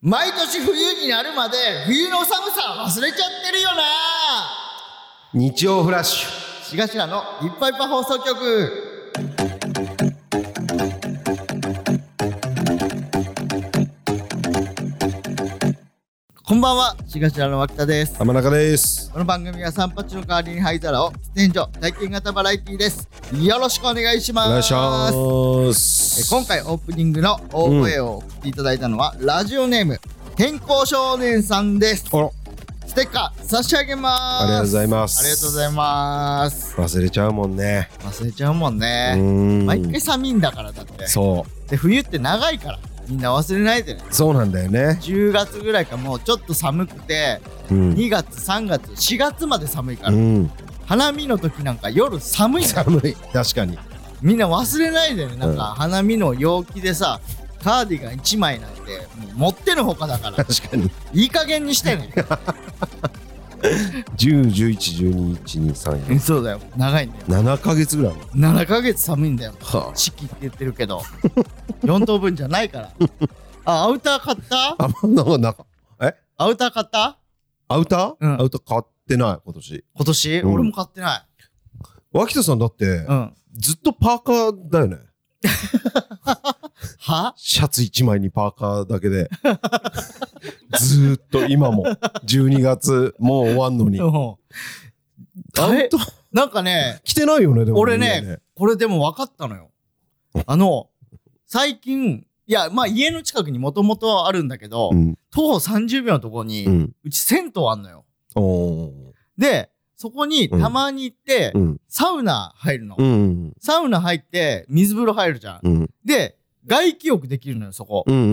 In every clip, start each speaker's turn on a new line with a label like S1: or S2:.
S1: 毎年冬になるまで冬の寒さ忘れちゃってるよな
S2: 日曜フラッシュ
S1: しがしらのいっぱいぱ放送局こんばんはしがしらの脇田です
S2: 浜中です
S1: この番組は三八の代わりに灰皿を喫煙所体験型バラエティですよろしくお願いしま
S2: お
S1: す
S2: 願いします
S1: え今回オープニングの大声を送っていただいたのは、ラジオネーム健康少年さんです
S2: あら
S1: ステッカー差し上げます
S2: ありがとうございます
S1: ありがとうございます
S2: 忘れちゃうもんね
S1: 忘れちゃうもん
S2: う
S1: ね
S2: ん
S1: 毎回寒いんだからだって
S2: そ
S1: で冬って長いからみんな忘れないでね
S2: うそうなんだよね
S1: 10月ぐらいかもうちょっと寒くて
S2: うん、
S1: 2月3月4月まで寒いか
S2: う
S1: ら、
S2: ん、
S1: 花見の時なんか夜寒い んだ
S2: 寒い確かに
S1: みんな忘れないでねなんか花見の陽気でさカーディガン1枚なんてもう持ってのほかだ から
S2: 確かに
S1: いい加減にしてね
S2: 1011121234
S1: そうだよ長いんだよ
S2: 7ヶ月ぐらいある
S1: 7ヶ月寒いんだよ
S2: は
S1: 四季って言ってるけど4等分じゃないからあアウター買った
S2: ああんなのなんか
S1: アウター買った
S2: アウター、
S1: うん
S2: アウター買ってない今年
S1: 今年、
S2: うん
S1: 俺も買ってな
S2: 脇田さんだって、
S1: いうん
S2: ずっとパーカーだよね
S1: は
S2: シャツ1枚にパーカーだけで ずーっと今も12月もう終わんのに
S1: うん
S2: ア
S1: あ
S2: ウ
S1: れ
S2: ター
S1: なんかね
S2: 着てないよねでも
S1: 俺ね
S2: みんな
S1: これでも分かったのよあの最近いやまあ家の近くにもともとあるんだけど、
S2: うん
S1: 徒歩30秒のとこに、
S2: う
S1: うんち銭湯あんのよ
S2: おー
S1: でそこにたまに行って、
S2: うん
S1: サウナ入るの、
S2: うん
S1: サウナ入って水風呂入るじゃん、
S2: うん
S1: で外気浴できるのよそこ、
S2: うんう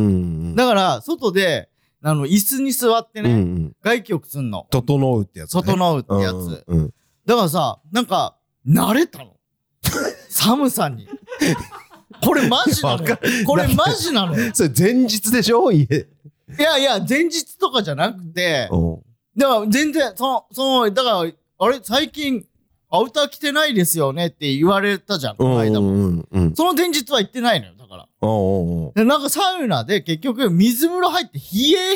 S2: ん
S1: だから外であの椅子に座って
S2: うんう
S1: ね、
S2: ん
S1: 外気浴すんの
S2: 整うってやつね
S1: 整うってやつ、
S2: うんうん
S1: だからさなんか慣れたの 寒さにこれマジなのよ
S2: わ
S1: これマジなのよ
S2: それ前日でしょ家
S1: いやいや前日とかじゃなくて
S2: お
S1: だから全然そのそのだからあれ最近アウター着てないですよねって言われたじゃんこの間も
S2: んうん
S1: その前日は行ってないのよだから
S2: おーお
S1: でなんかサウナで結局水風呂入って冷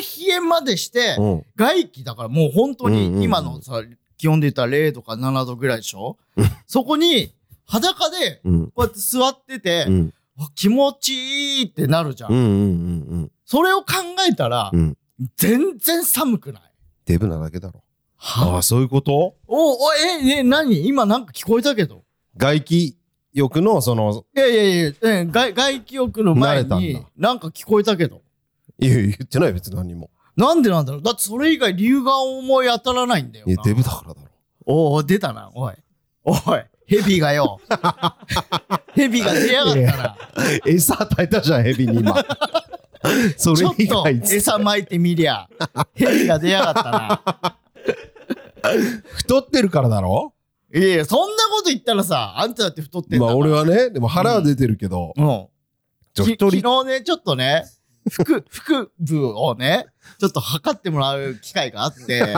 S1: え冷えまでして
S2: ーお
S1: 外気だからもう本当
S2: うんうんうん
S1: に今のさ気温で言ったら0度か7度ぐらいでしょそこに裸で
S2: うんうん
S1: こうやって座ってて
S2: う、ん
S1: あ気持ちいいってなるじゃん、
S2: うんうんうん
S1: それを考えたら、
S2: うん
S1: 全然寒くない
S2: デブなだけだろあ
S1: は
S2: あそういうこと
S1: おおええ何今なんか聞こえたけど
S2: 外気浴のその
S1: いやいやいやえ外外気浴の前
S2: 慣れたん
S1: に
S2: だ
S1: なんか聞こえたけど
S2: いや言ってないよ別に何も
S1: なんでなんだろうだってそれ以外理由が思い当たらないんだよ
S2: いや
S1: な
S2: デブだからだろ
S1: おお出たなおいおいヘビがよ ヘビが出やがったな
S2: 餌与えたじゃんヘビ に今そ
S1: ち
S2: れ
S1: ょっ
S2: 以
S1: と
S2: 外
S1: 餌まいてみりゃヘビが出やがったな
S2: 太ってるからだろ
S1: いやいや、そんなこと言ったらさ、あんただって太ってんだか
S2: ま
S1: ら。
S2: あ俺はねでも腹は出てるけど、
S1: うん。
S2: ちょ
S1: き
S2: 一人
S1: 昨日ね、ちょっとね、腹、腹部をね、ちょっと測ってもらう機会があって、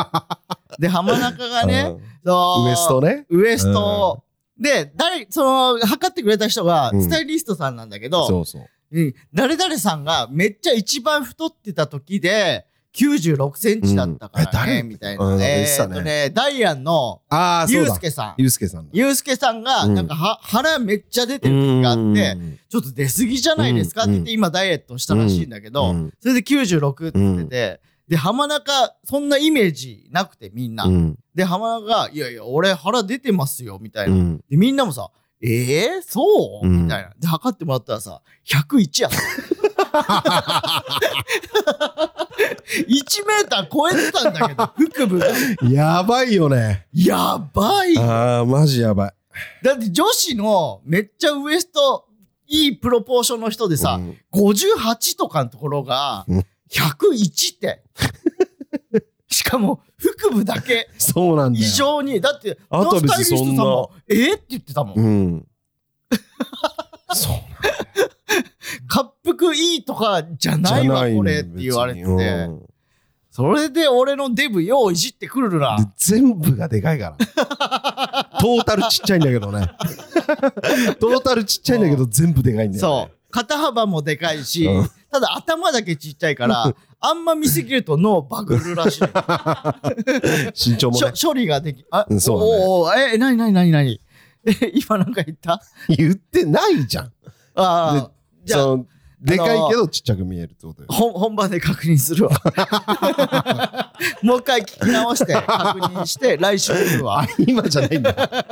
S1: で、浜中がね、
S2: うん
S1: そう
S2: ウエスト。ね
S1: ウエストをで、誰、その、測ってくれた人が、
S2: うん
S1: スタイリストさんなんだけど、
S2: そうそう
S1: うん、誰々さんがめっちゃ一番太ってた時で、96センチだったからね、
S2: うんえ誰
S1: みたいな。
S2: うん言
S1: え
S2: ってた
S1: ーっ
S2: ね
S1: とね、ダイアンの、
S2: ああそ
S1: ゆ
S2: う
S1: う
S2: だ
S1: すけさん。
S2: ゆうすけさんだ
S1: ゆうすけさんが、
S2: うん
S1: なんかは、腹めっちゃ出てる時があって、ちょっと出過ぎじゃないですかって言って、今ダイエットしたらしいんだけ
S2: う
S1: ど、
S2: ん
S1: それで96って言ってて、で、浜中、そんなイメージなくてみんな
S2: う。ん
S1: で、浜中が、いやいや、俺腹出てますよ、みたいうな。
S2: ん
S1: で、みんなもさ、えー、そう
S2: うん
S1: みたいな。で、測ってもらったらさ、101やった。1メーター超えてたんだけど、 腹部が。
S2: やばいよね
S1: やばいよ
S2: ああマジやばい
S1: だって女子のめっちゃウエストいいプロポーションの人でさ、
S2: うん
S1: 58とかのところが
S2: うん
S1: 101って。 しかも腹部だけ
S2: そうなんだ
S1: 異
S2: よ
S1: 常に。だって、
S2: あとは別にそんな
S1: ノンスタイリストさんもえーって言ってたもん。
S2: うんそう
S1: 滑腹いいとかじゃ
S2: じ
S1: な
S2: ゃ
S1: いわ、
S2: ないの
S1: これって言われて
S2: 別に
S1: て
S2: う。ん
S1: それで俺のデブよういじってくるな
S2: で。全部がでかいからトータルちっちゃいんだけどねトータルちっちゃいんだけど全部でかいんだよ、ね、
S1: そう。肩幅もでかいし
S2: うん、
S1: ただ頭だけちっちゃい から、あんま見すぎると脳バグるらしい。
S2: 身長もね、
S1: しょ処理ができ、あ、
S2: うんそうだね
S1: おーおーえ、なになになになにえ、 今なんか言った
S2: 言ってないじゃん。
S1: ああ、じゃあ、
S2: そのでかいけどちっちゃく見えるってことよ。
S1: 本本番で確認するわ。 もう一回聞き直して、確認して、来週来るわ。っ
S2: あ、今じゃないんだ。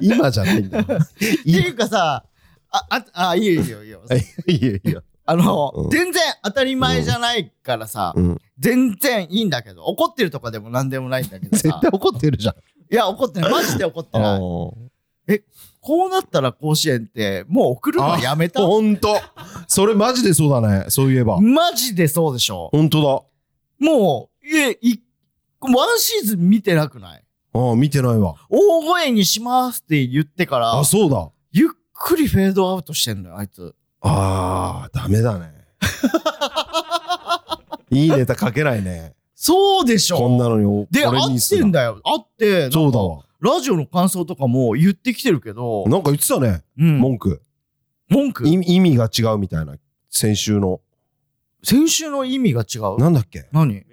S2: 今じゃないんだ。
S1: ていうかさ、あ、あ、あ、いいよいいよいいよ。
S2: いやいや。
S1: あの、
S2: うん
S1: 全然当たり前じゃないからさ、
S2: うん
S1: 全然いいんだけど、怒ってるとかでも何でもないんだけど
S2: 絶
S1: さ。
S2: 対怒ってるじゃん。
S1: いや、怒ってない。マジで怒ってない。
S2: 本
S1: こうなったら甲子園って、もう送るのやめた
S2: 当。それマジでそうだね。そういえば。
S1: マジでそうでしょ。
S2: 本当
S1: もう、え、い、ワンシーズン見てなくない
S2: だ。ああ、見てないわ。
S1: 大声にしますって言ってから
S2: あ、、そうだ。
S1: ゆっくりフェードアウトしてんのよ、あいつ。
S2: ああ、ダメだね。いいネタ書けないね。
S1: そうでし
S2: こん
S1: ょ。
S2: なのにお、
S1: で、
S2: 俺
S1: 合
S2: に
S1: ってんだよ。合って、なんか
S2: そうだわ。
S1: ラジオの感想とかも言ってきてるけど、
S2: なんか言ってたね。
S1: うん
S2: 文句。
S1: 文句
S2: い意味が違うみたいな。先週の。
S1: 先週の意味が違う。
S2: なんだっけ
S1: 何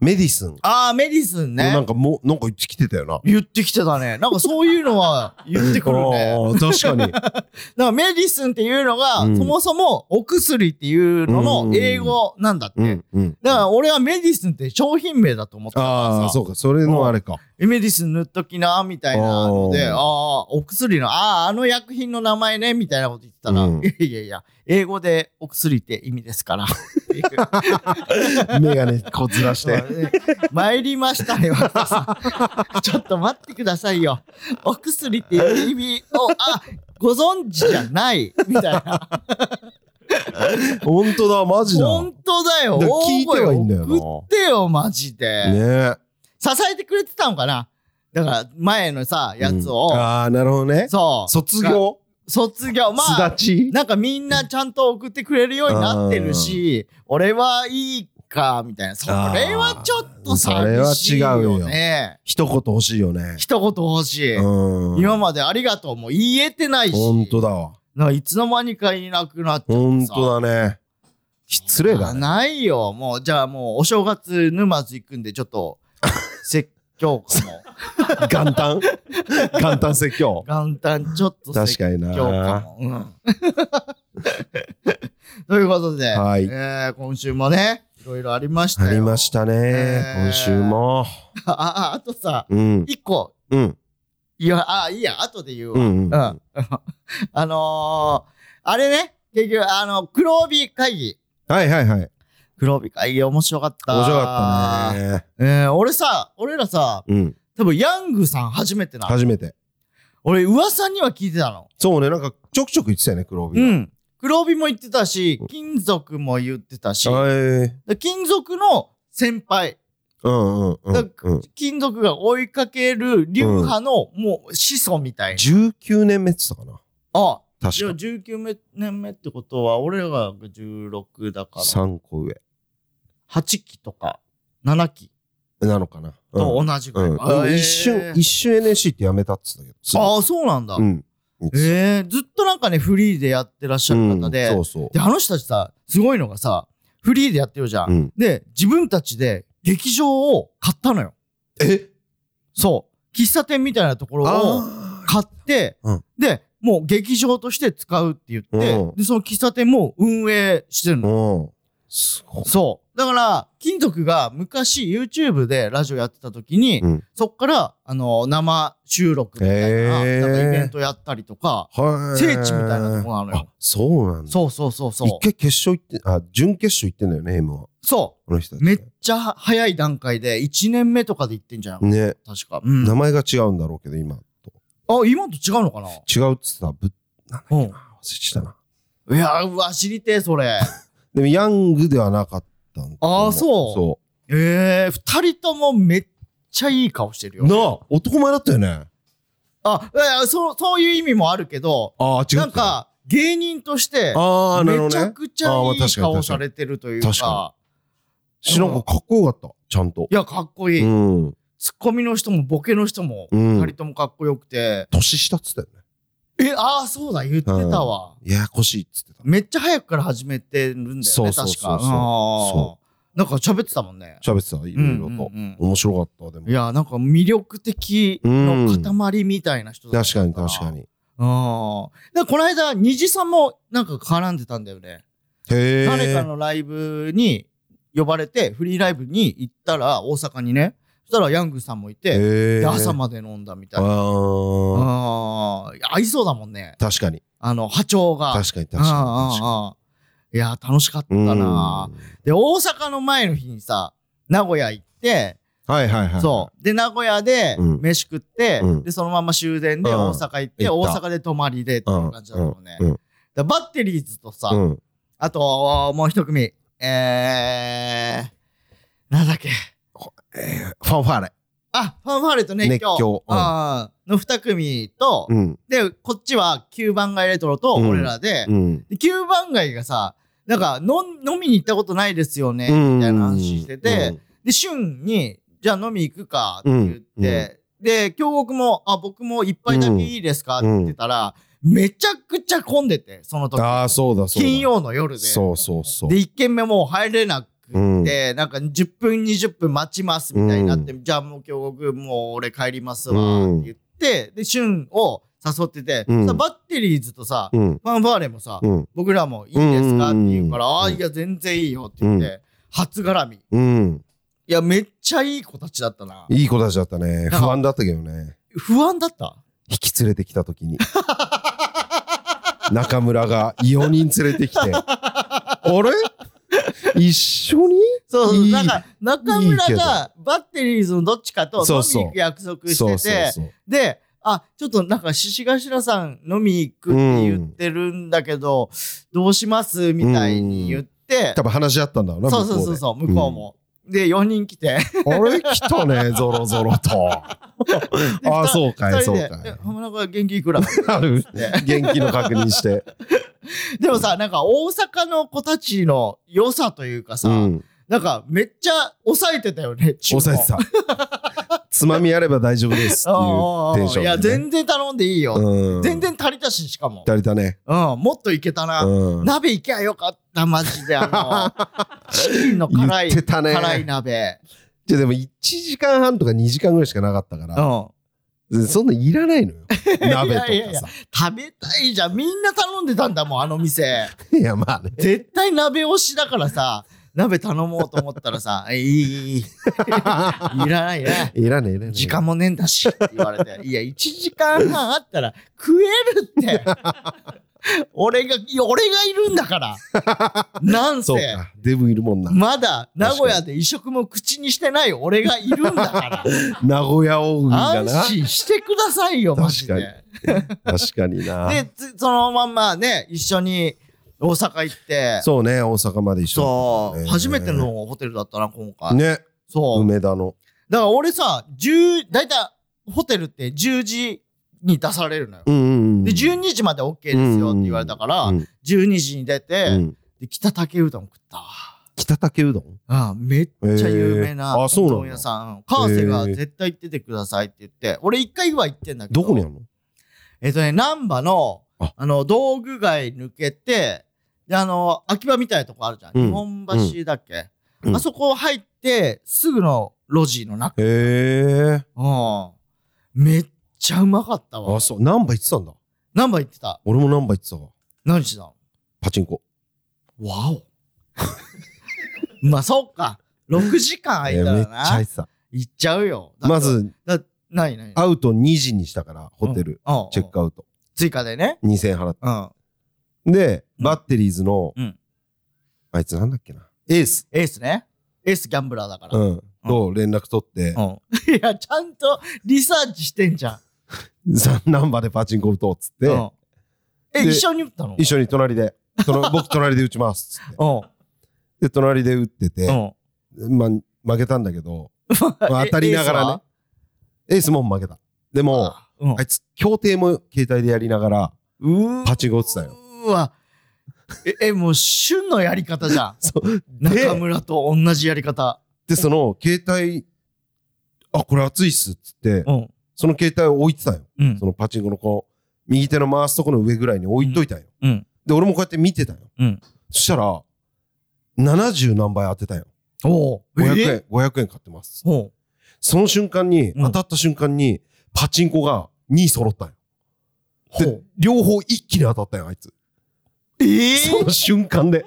S2: メディスン。
S1: ああ、メディスン
S2: な
S1: ね
S2: ん。かもう、なんか言ってきてたよな。
S1: 言ってきてたね。なんかそういうの は言ってくるね。
S2: ああ確か
S1: だ
S2: に。
S1: からメディスンっていうのが、
S2: うん
S1: そもそもお薬っていうのの英語なんだって。
S2: うん、うん。
S1: だから俺はメディスンって商品名だと思ってた
S2: あ
S1: か
S2: あ、
S1: らさ
S2: そうか。それのあれか。
S1: え、メディスン塗っときな、みたいなので、
S2: あー
S1: ああ、お薬の、ああ、あの薬品の名前ね、みたいなこと言ってたら、
S2: うん
S1: いやいやいや、英語でお薬って意味ですから。っていう
S2: メガネこうずらして。
S1: そうね参りましたね、私 ちょっと待ってくださいよ。お薬っていう意味を、あ、ご存知じゃない、みたいな。
S2: 本当だ、マジだ。
S1: 本当だよ。
S2: だから聞いてはいいんだよな
S1: 大声送ってよ、マジで。
S2: ね
S1: 支えてくれてたのかなだから、前のさ、
S2: え。
S1: やつを。
S2: うんああ、なるほどね。
S1: そう。
S2: 卒業
S1: 卒業。まあ
S2: すだ、ち
S1: なんかみんなちゃんと送ってくれるようになってるし、俺はいいか、みたいな。それはちょっと寂しい
S2: それは違
S1: よ
S2: うよ
S1: ね。
S2: 一言欲しいよね。
S1: 一言欲しい。
S2: うん。
S1: 今までありがとうも言えてないし、
S2: 本当だわ。
S1: なんかいつの間にかいなくなっちゃってさ。
S2: 本当だね。失礼だ
S1: あ
S2: ね。
S1: ないよ。もう、じゃあもうお正月沼津行くんで、ちょっ と、説教も。
S2: 元 旦元旦説教。
S1: 元旦ちょっと説
S2: 確か
S1: 今
S2: に
S1: 日か
S2: な。
S1: も。うん、 ということで、
S2: はい
S1: えー今週もね、いろいろありましたよ。
S2: ありまし。たね
S1: え。ー
S2: 今週も。
S1: あ、あ、あとさ、
S2: うん。
S1: 一個、
S2: うん。
S1: いや、あ、いいや、後で言う
S2: う
S1: わ。
S2: ん。
S1: うん。 あのー、あれね、結局、あの、黒帯会議。
S2: はいはいはい。面
S1: 黒帯会議面白かった。
S2: 白かった
S1: ね。
S2: ね。
S1: えー、俺さ、俺らさ、
S2: うん。
S1: 多分ヤングさん初めてなの。
S2: 初めて。
S1: 俺、噂には聞いてたの。
S2: そうね、なんかちょくちょく言ってたよね、黒帯
S1: う
S2: が。
S1: ん。黒帯も言ってたし、金属も言ってたし。
S2: はい。
S1: で金属の先輩、
S2: うんうんう
S1: だ
S2: ん
S1: か
S2: う
S1: ら
S2: ん。
S1: 金属が追いかける流派のもう始祖みたいな。
S2: 19年目って言ってたかな。
S1: あじゃあ
S2: 確か。
S1: 19年目ってことは、俺らが16だから、
S2: 3個上
S1: 8期とか7期
S2: なのかな。うん
S1: と同じぐらい。
S2: うんでも
S1: あ
S2: 一瞬、一瞬 NSC ってやめたっつったけど。すぐ
S1: ああ、そうなんだ。
S2: うん。
S1: えーずっとなんかね、フリーでやってらっしゃる方で、
S2: うんそうそう
S1: で、。あの人たちさ、すごいのがさ、フリーでやってるじゃん。
S2: うん
S1: で、自分たちで劇場を買ったのよ。
S2: え
S1: そう。喫茶店みたいなところを、
S2: あ
S1: 買って、
S2: うん
S1: で、もう劇場として使うって言って、
S2: うん
S1: で、その喫茶店も運営してる
S2: ー
S1: の。
S2: うん。すごい。
S1: そう。だから、金属が昔 YouTube でラジオやってた時に、
S2: うん
S1: そっから、あの、生収録みたいな、
S2: へー
S1: なんかイベントやったりとか、
S2: はい。
S1: 聖地みたいなとこなのよ
S2: あ、そうなんだ。
S1: そうそうそうそう。
S2: 一回決勝行って、あ、準決勝行ってんだよね、M は。
S1: そ
S2: この人た
S1: う。
S2: ち
S1: めっちゃ早い段階で、1年目とかで行ってんじゃん。
S2: ね。
S1: 確か。うん。
S2: 名
S1: あ、
S2: 前が違うんだろうけど、今と。
S1: 今と違うのかな
S2: 違うっつってた。ぶなんだっけな。
S1: う
S2: 忘
S1: ん
S2: れてたな。
S1: いやー、うわ、知りてえ、そ れ。
S2: でも、ヤングではなかったんだと思
S1: あーそう
S2: そ
S1: ええー、二人ともめっちゃいい顔してるよ
S2: う。。なあ、男前だったよね。
S1: あ、いやそう、そういう意味もあるけど、
S2: ああ、違う。
S1: なん、か、芸人として、
S2: ああ、なるほ
S1: めち
S2: ど
S1: ゃ
S2: ね。
S1: くちゃ
S2: あーまあ
S1: い
S2: 確か
S1: い
S2: に
S1: 顔されてるというか、
S2: 確かしなんかかっこよかった。ちゃんと
S1: い。や、かっこいい。
S2: うん。
S1: ツッコミの人もボケの人も、
S2: う
S1: 二
S2: ん
S1: 人ともかっこよくて、
S2: 年下っつったよね。
S1: え、ああ、そうだ、言ってたわ。
S2: ややこしいっつってた。
S1: めっちゃ早くから始めてるんだよね、
S2: そうそうそうそう
S1: 確か。
S2: そ
S1: うんなんか喋ってたもんね。
S2: 喋ってた、いろい
S1: うんうん
S2: ろと。
S1: うん
S2: 面白かった、でも
S1: い。や、なんか魅力的の塊みたいな人だっ
S2: 確
S1: た
S2: かに確か
S1: に。
S2: に。
S1: うん。だからこの間、虹さんもなんか絡んでたんだよね。
S2: へえ。
S1: 誰かのライブに呼ばれて、フリーライブに行ったら、大阪にね。そしたらヤングさんもいて、
S2: へ
S1: で
S2: ー
S1: 朝まで飲んだみたいな。
S2: ああ。
S1: ああ、合いそうだもんね。
S2: 確かに。
S1: あの、波長が。
S2: 確かに確かに確か
S1: ああああいや、楽しかった
S2: に。うん
S1: な。で、大阪の前の日にさ、名古屋行って、
S2: はいはいはい。
S1: そう。で、名古屋で
S2: うん
S1: 飯食って、
S2: うん
S1: で、そのまま終電で
S2: うん
S1: 大阪行って、
S2: 行
S1: 大
S2: った
S1: 阪で泊まりでっていう感じだったもんね。
S2: うんうんう
S1: だ
S2: ん
S1: からバッテリーズとさ、
S2: うん。
S1: あと、もう一組、えー、なんだっけ。
S2: えーファンファーレ。
S1: あ、ファンファーレと熱狂。
S2: 熱狂うん
S1: あーの二組と、
S2: うん。
S1: で、こっちは9番街レトロと俺らで、
S2: うん。
S1: で9番街がさなんかの飲みに行ったことないですよね、みたいな話してて、で旬に「じゃあ飲み行くか」って言って、
S2: うんう
S1: で京極も「あ僕も一杯だけいいですか」って言ってたら、めちゃくちゃ混んでてその
S2: うん。
S1: 時
S2: ああ、そうだそうだ。
S1: 金曜の夜で
S2: そうそうそう
S1: で。1軒目もう入れなく
S2: うん
S1: て、なんか10分20分待ちますみたいになって、じゃあもう京極もう俺帰りますわって言って、で旬を誘ってて、
S2: うん
S1: さバッテリーズとさ、
S2: うん。
S1: ファンファーレもさ、
S2: うん。
S1: 僕らもいいですかっ
S2: う
S1: て
S2: んうんうん
S1: 言うから、ああ、
S2: うん
S1: いや、全然いいよって言って、初絡み。い
S2: うん。
S1: や、めっちゃいい子たちだったな。
S2: いい子たちだったね。不安だったけどね。
S1: 不安だった
S2: 引き連れてきたときに。中村が4人連れて きて。あれ一緒に
S1: そうそう
S2: いい
S1: なんか、中村
S2: いいけど
S1: がバッテリーズのどっちかと飲み
S2: そうそう
S1: に行く約束してて、
S2: そうそうそう。
S1: で、あ、ちょっとなんか、獅子頭さん飲み行くって言ってるんだけど、どうしますみたいに言って
S2: 多、分話し合ったんだろうな。
S1: そうそうそうそう、向こうも。で、4人来て、
S2: 向こうで。あれ来 たね、ゾロゾロと。ああ、そうか
S1: 2
S2: い、
S1: 人
S2: そう
S1: で
S2: か、
S1: え
S2: い。
S1: 浜中元気いくら
S2: ある元気の確認して。
S1: でもさ、なんか大阪の子たちの良さというかさ、
S2: うん。
S1: なんかめっちゃ抑えてたよね、注文
S2: 抑えてた。 つまみあれば大丈夫ですっていう
S1: ああ
S2: テンションでね。
S1: いや、全然頼んでいいよ。
S2: うん
S1: 全然足りたし、しかも。
S2: 足りたね。
S1: うん、もっといけたな。
S2: うん。
S1: 鍋いけばよかった、マジで。あ の、チキンの
S2: 言
S1: 辛い、
S2: ってたね。
S1: 辛い鍋。
S2: じゃあでも1時間半とか2時間ぐらいしかなかったか
S1: う
S2: ら、
S1: ん。
S2: そんなんい らないのよ。鍋とかさ。
S1: いや
S2: いや
S1: いやいや食べたいじゃん。みんな頼んでたんだもん、あの店。
S2: まあね。
S1: 絶対鍋推しだからさ、鍋頼もうと思ったらさ、 えいい いい、いいいらないね。
S2: いらねえいらねえ。
S1: 時間もねえんだしって言われて、いや、1時間半あったら食える って。俺が、いや俺がいるんだから。なんせ
S2: そう、か。デブいるもんな。
S1: まだ名古屋で移植も口にしてない俺が いるんだか
S2: 名古屋大食い
S1: ら。
S2: だ
S1: 安
S2: な。
S1: 心してくださいよ、マジで。
S2: 確かにな。
S1: で、つそのまんまね、一緒に大阪行って、
S2: そうね、大阪まで一緒
S1: そう、
S2: ね
S1: 初めてのホテルだったな、今回。
S2: に。ね、
S1: そう。
S2: 梅田の。
S1: だから俺さ、10、だいたいホテルって10時に出されるのよ。
S2: うんうんうん。
S1: で、12時まで OK ですよって言われたから、
S2: うん
S1: 12時に出て、
S2: うん
S1: で北竹うどん食ったわ。
S2: 北竹うどん
S1: ああめっちゃ有名な
S2: えーあそう
S1: う
S2: なんだ
S1: どん屋さん。川瀬が絶対行っててくださいって言って、俺一回は行ってんだけど。
S2: どこにあるの
S1: えっとね、難波の、あ
S2: あ
S1: の、道具街抜けて、で、あの、秋葉みたいなとこあるじゃん。
S2: うん
S1: 日本橋だっけ、
S2: うん
S1: あそこ入って、すぐの路地の中。
S2: へえ。
S1: うん。めっちゃうまかったわ
S2: あ、。そう。難波行ってたんだ。
S1: 何番行ってた
S2: 俺も難波行ってたわ。
S1: 何してたの
S2: パチンコ。
S1: わお。 まあ、そっか。6時間空いた
S2: いや
S1: ら
S2: めっちゃ入
S1: な。
S2: ってた。
S1: 行っちゃうよ。だ
S2: ま、ず、
S1: だないない。
S2: アウト2時にしたから、ホテル、
S1: うん、うん
S2: チェックアウト。
S1: 追加でね。
S2: 2000円払って。
S1: うん。
S2: で、
S1: うん
S2: バッテリーズの、
S1: うん
S2: あいつなんだっけな。エース。
S1: エースね。エースギャンブラーだから。。
S2: うんん。と連絡取って、
S1: いや、ちゃん とリサーチしてんじゃん。
S2: 三ナンバーでパチンコ打とうっつって、
S1: うんえ、
S2: で
S1: 一緒に打ったの
S2: 一緒に隣で、その僕隣で 打ちますっつって。
S1: うん。
S2: で、隣で打ってて、
S1: うん。
S2: まあ、負けたんだけど、ま あ当たりながらね。エースも負けた。で
S1: エース
S2: も、
S1: は。うん
S2: あいつ、協定も携帯でやりながら、
S1: うー
S2: パチンコ打ってたよ。
S1: うーわ。え、えもう、旬のやり方じゃん。
S2: そうで
S1: 中村と同じやり方。
S2: で、その、携帯、あ、これ熱いっすっつって
S1: う、ん。
S2: その携帯を置いてたよ。
S1: うん
S2: そ。のパチンコのこ右手の回すとこの上ぐらいに置いといたんよ。
S1: うん
S2: で、俺もこうやって見てたんよ。
S1: うん
S2: そしたら、70何倍当てたんよ。
S1: おお
S2: 500円、500円買ってます。
S1: ほ
S2: その瞬間に、
S1: うん
S2: 当たった瞬間に、パチンコが2揃ったんよ。
S1: うほ
S2: で
S1: う、
S2: 両方一気に当たったんよ、あいつ。
S1: え
S2: その瞬間で。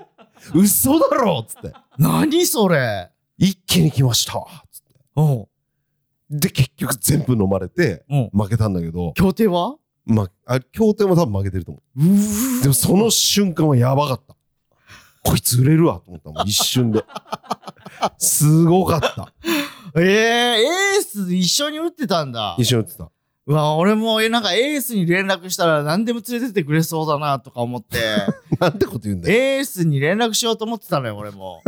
S2: 嘘だろっつって。
S1: 何それ
S2: 一気に来ましたつって
S1: おう
S2: で、結局全部飲まれて、
S1: うん
S2: 負けたんだけど、
S1: 協定は
S2: まあ、あ協定も多分負けてると思
S1: うー
S2: う。でもその瞬間はやばかった。こいつ売れるわと思ったもん、一瞬で。すごかった。
S1: えー、エース一緒に打ってたんだ
S2: 一緒に売ってた。
S1: うわ俺もえなんかエースに連絡したら何でも連れてってくれそうだなとか思って
S2: なんてこと言うんだよ。
S1: エースに連絡しようと思ってたのよ俺 も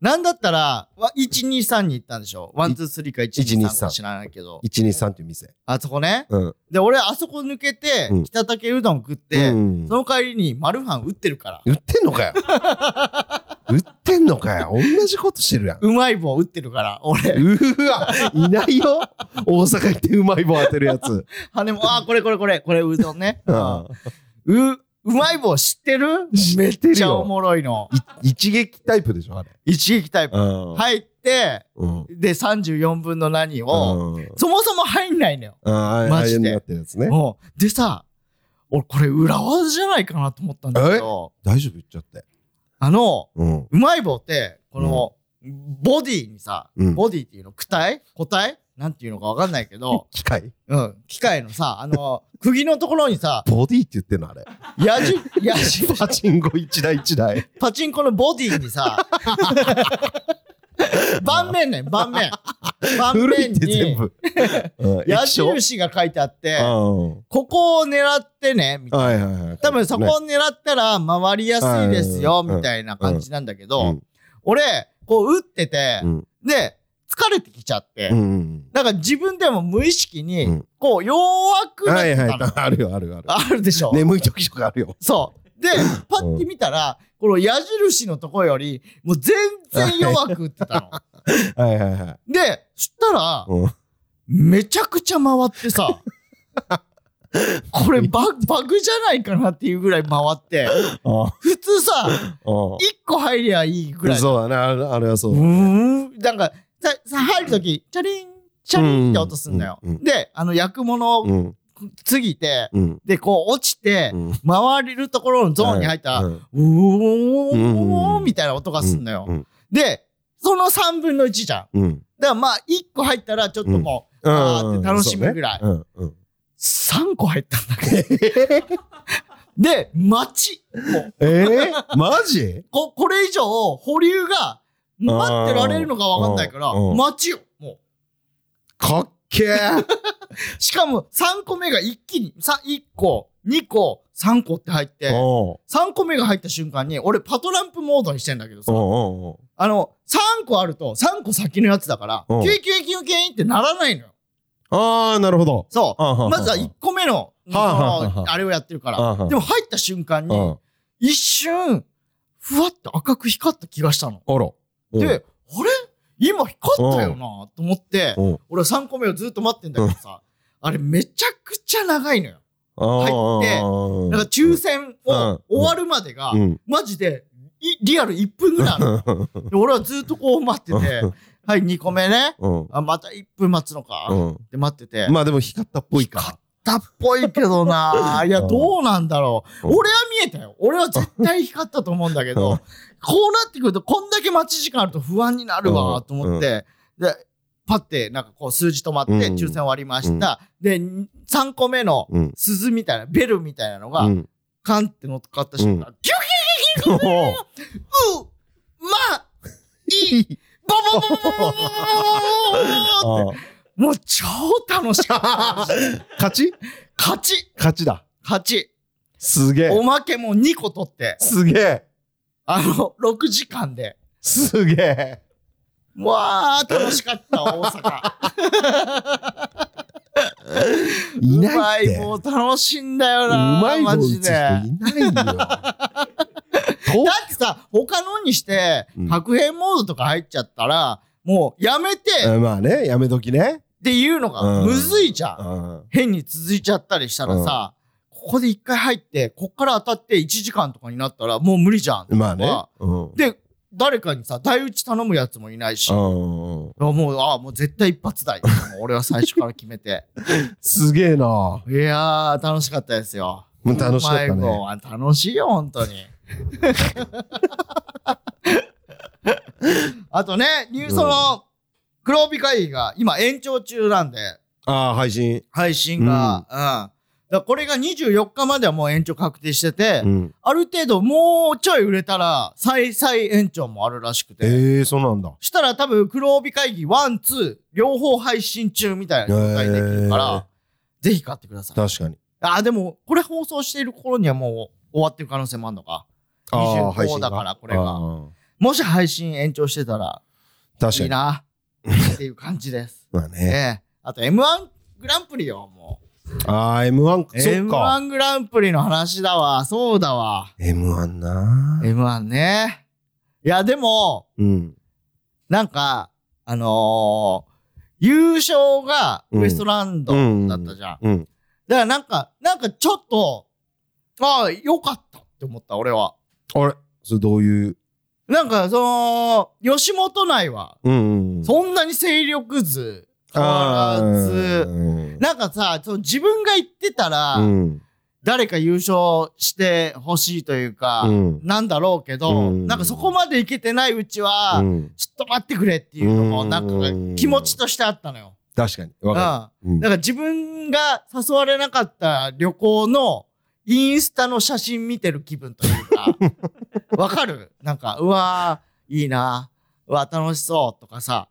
S1: なんだったらわ123に行ったんでしょ123か123か知らないけど
S2: 123っていう店。
S1: あそこね
S2: うん。
S1: で俺あそこ抜けて、
S2: うん
S1: 北竹うどん食って、
S2: うん
S1: その帰りにマルハン打ってるから
S2: 売ってんのかよ。売ってんのかよ。同じことしてるやん。
S1: うまい棒打ってるから俺
S2: うわ、いないよ。大阪行ってうまい棒当てるやつ。
S1: 羽もあこれこれこれこれうどんね、
S2: う
S1: うんんううまい棒知ってるめっ
S2: るよ
S1: ちゃおもろいの
S2: い一撃タイプでしょ、あれ。
S1: 一撃タイプ
S2: うん
S1: 入って
S2: うん。
S1: で34分の何を、
S2: うん
S1: そもそも入んないのよ、
S2: ああ、あ
S1: マ
S2: あい
S1: ジで
S2: うのやってるやつね。
S1: うんでさ俺これ裏技じゃないかなと思ったんだけど
S2: 大丈夫言っちゃって。
S1: あの
S2: うん。
S1: うまい棒ってこの、ボディにさ、
S2: うん
S1: ボディっていうの躯体個体なんていうのかわかんないけど、
S2: 機械
S1: うん、機械のさあの釘のところにさ
S2: ボディって言ってんの あれ。
S1: 矢じ矢じ
S2: パチンコ一台一台。
S1: パチンコのボディに さ盤面ね盤面盤
S2: 古い
S1: 面
S2: って全
S1: に
S2: 部。うん
S1: 矢。
S2: 液
S1: 印が書いてあって
S2: 晶
S1: ここを狙ってねみ
S2: うん
S1: たいな
S2: はいはいはい。
S1: 多分そこを狙ったら回りやすいですよ
S2: うん
S1: みたいな感じなんだけど、
S2: うん
S1: 俺こう打ってて、
S2: うん
S1: で疲れてきちゃって、
S2: うんうん。
S1: なんか自分でも無意識に、
S2: うん
S1: こう弱くなっ
S2: は
S1: て
S2: い
S1: た
S2: はい
S1: の、。
S2: あるよあるよある。
S1: あるでしょ、
S2: 眠い時とかあるよ。
S1: そうでパッて見たら、この矢印のとこよりもう全然弱く打って たの
S2: はいはいはい。
S1: でそしたら、
S2: うん
S1: めちゃくちゃ回ってさこれババグじゃないかなっていうぐらい回って
S2: あ
S1: 普通さ
S2: あ。
S1: 一個入りゃいいぐらい
S2: そうだね。あれあれはそううだ。
S1: ーんなんかささ入るときチャリンチャリンって音すんだよ、
S2: うんうんうん
S1: であの焼くものを
S2: うん。
S1: 過ぎて、
S2: うん。
S1: でこう落ちて
S2: うん
S1: 回れるところのゾーンに入ったら、
S2: うん
S1: うお
S2: うん
S1: ー
S2: うん
S1: みたいな音がすんのよ、
S2: うんうん
S1: でその3分の1じゃんだか
S2: うん。
S1: らまあ1個入ったらちょっともう、あーって楽しむぐらい、
S2: うんうん。
S1: 3個入ったんだ けどで待ちもう
S2: ええマ ジ
S1: ここれ以上保留が待ってられるのかわかんないから
S2: うんうん
S1: 待ちよも
S2: かっけー
S1: うしかも3個目が一気にさ1個2個3個って入って
S2: お
S1: 3個目が入った瞬間に俺パトランプモードにしてんだけど
S2: う
S1: さ
S2: んうんうん。
S1: あの3個あると3個先のやつだからキ
S2: う
S1: ュ
S2: ん
S1: イキュイキュイキュイってならないのよ
S2: ああ、なるほど。
S1: そう
S2: あ
S1: まずは1個目のそ
S2: はあはあはあは
S1: の
S2: あ
S1: あれをやってるか
S2: はあは
S1: ら
S2: あ
S1: でも入った瞬間
S2: う
S1: に
S2: ん
S1: 一瞬ふわっと赤く光った気がしたの
S2: あら。うん
S1: で、あれ今光ったよなと思って、
S2: うん
S1: 俺3個目をずっと待ってんだけどさ、あれめちゃくちゃ長いのよ。入って
S2: 入
S1: だから抽選を終わるまでが、
S2: うん。
S1: マジでいリアル1分ぐらいあるので俺はずっとこう待ってて、はい、2個目ね。
S2: うん。
S1: あまた1分待つのか、っ
S2: うん。
S1: て待ってて。
S2: まあでも光ったっぽいか。
S1: 光ったっぽいけどないや、
S2: うん
S1: どうなんだろう。
S2: うん
S1: 俺は見えたよ。俺は絶対光ったと思うんだけ
S2: う
S1: ど
S2: ん、
S1: こうなってくると、こんだけ待ち時間あると不安になるわ、と思って、で、パッて、なんかこう数字止まって、
S2: うん
S1: 抽選終わりました。で、3個目の
S2: うん。
S1: 鈴みたいな、ベルみたいなの
S2: う
S1: が、
S2: ん
S1: カンって乗っかった瞬間、ギュッうまいいボボボボボボボボボボボって、もう超楽しかった。
S2: 勝ち
S1: 勝ち
S2: 勝ちだ。
S1: 勝ち
S2: すげ
S1: お
S2: え。
S1: まけも2個取って、
S2: すげえ。
S1: あの、6時間で。
S2: すげえ。
S1: わあ、楽しか った、大阪。
S2: いないって。
S1: うまいう棒楽しいんだよな。
S2: まい棒
S1: マ
S2: 打つ
S1: ジ
S2: 人
S1: で。
S2: い
S1: だ
S2: ないよ。と
S1: ってさ、他のにして
S2: う、ん
S1: 白変モードとか入っちゃったら、もうやめて っ
S2: まあね、やめときね。
S1: ていうのが
S2: うん
S1: むずいじゃん。
S2: うん
S1: 変に続いちゃったりしたらさ、ここで一回入って、こっから当たって1時間とかになったらもう無理じゃん。
S2: まあね
S1: とか。
S2: うん。
S1: で、誰かにさ、台打ち頼むやつもいないし、
S2: う
S1: い
S2: んうん。
S1: やもう、ああ、もう絶対一発台。もう俺は最初から決め て。
S2: すげえなも
S1: いやー、楽しかったですよ。
S2: う楽しかった
S1: 迷子
S2: ね。
S1: は楽しいよ、本当 に。あとね、ニュースの黒帯会議が今延長中なんで、
S2: ああ、配信。
S1: 配信が。うん。だからこれが24日まではもう延長確定してて、
S2: うん。
S1: ある程度もうちょい売れたら再々延長もあるらしくて。
S2: ええ、そうなんだ。
S1: したら多分黒帯会議1、2両方配信中みたいな状態できるから、ぜひ買ってください。
S2: 確かに。
S1: あーでもこれ放送している頃にはもう終わってる可能性もあるのか
S2: ああ、配
S1: 25
S2: 信
S1: だか
S2: が。
S1: らこれが
S2: ああ
S1: もし配信延長してたら
S2: 確か
S1: いい
S2: に。
S1: なっていう感じ です、
S2: まあ
S1: え
S2: ね。
S1: えあと m 1グランプリよも
S2: ああ、M1、
S1: う
S2: そっ
S1: m
S2: か。
S1: 1グランプリの話だわそうだわ
S2: M1 な
S1: m 1ねいやでも
S2: うん。
S1: なんかあのー優勝がウエストランドだったじゃん、
S2: うん。
S1: だからなんかなんかちょっとああよかったって思った俺は
S2: あれそれどういう。
S1: なんか、その、吉本内は、
S2: うんうん。
S1: そんなに勢力図変わ
S2: ああ
S1: らず、
S2: うん
S1: なんかさ、その自分が言ってたら、
S2: うん。
S1: 誰か優勝してほしいというか、
S2: うん
S1: なんだろうけど、
S2: うん
S1: なんかそこまでいけてないうちは、
S2: うん
S1: ちょっと待ってくれっていうのも、
S2: うん
S1: なんか気持ちとしてあったのよ。
S2: 確かに。
S1: う
S2: わ
S1: ん。
S2: か
S1: だ
S2: る。うん
S1: から自分が誘われなかった旅行のインスタの写真見てる気分という か、わかるなんか、うわー、いいな、うわ、楽しそうとかさ、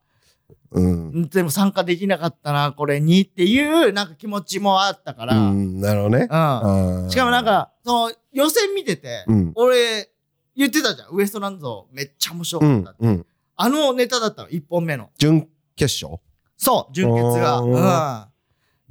S2: うん。
S1: んでも参加できなかったな、これにっていう、なんか気持ちもあったから、
S2: う
S1: うん。
S2: んなるほどね。ああ
S1: しかもなん、か、その予選見てて、
S2: うん。
S1: 俺、言ってたじゃん。ウエストランドめっちゃ面白
S2: う
S1: かった
S2: ん
S1: って。
S2: うん。
S1: あのネタだったの、一本目の。
S2: 準決勝
S1: そう、純潔が、
S2: あ
S1: う
S2: ー
S1: ん。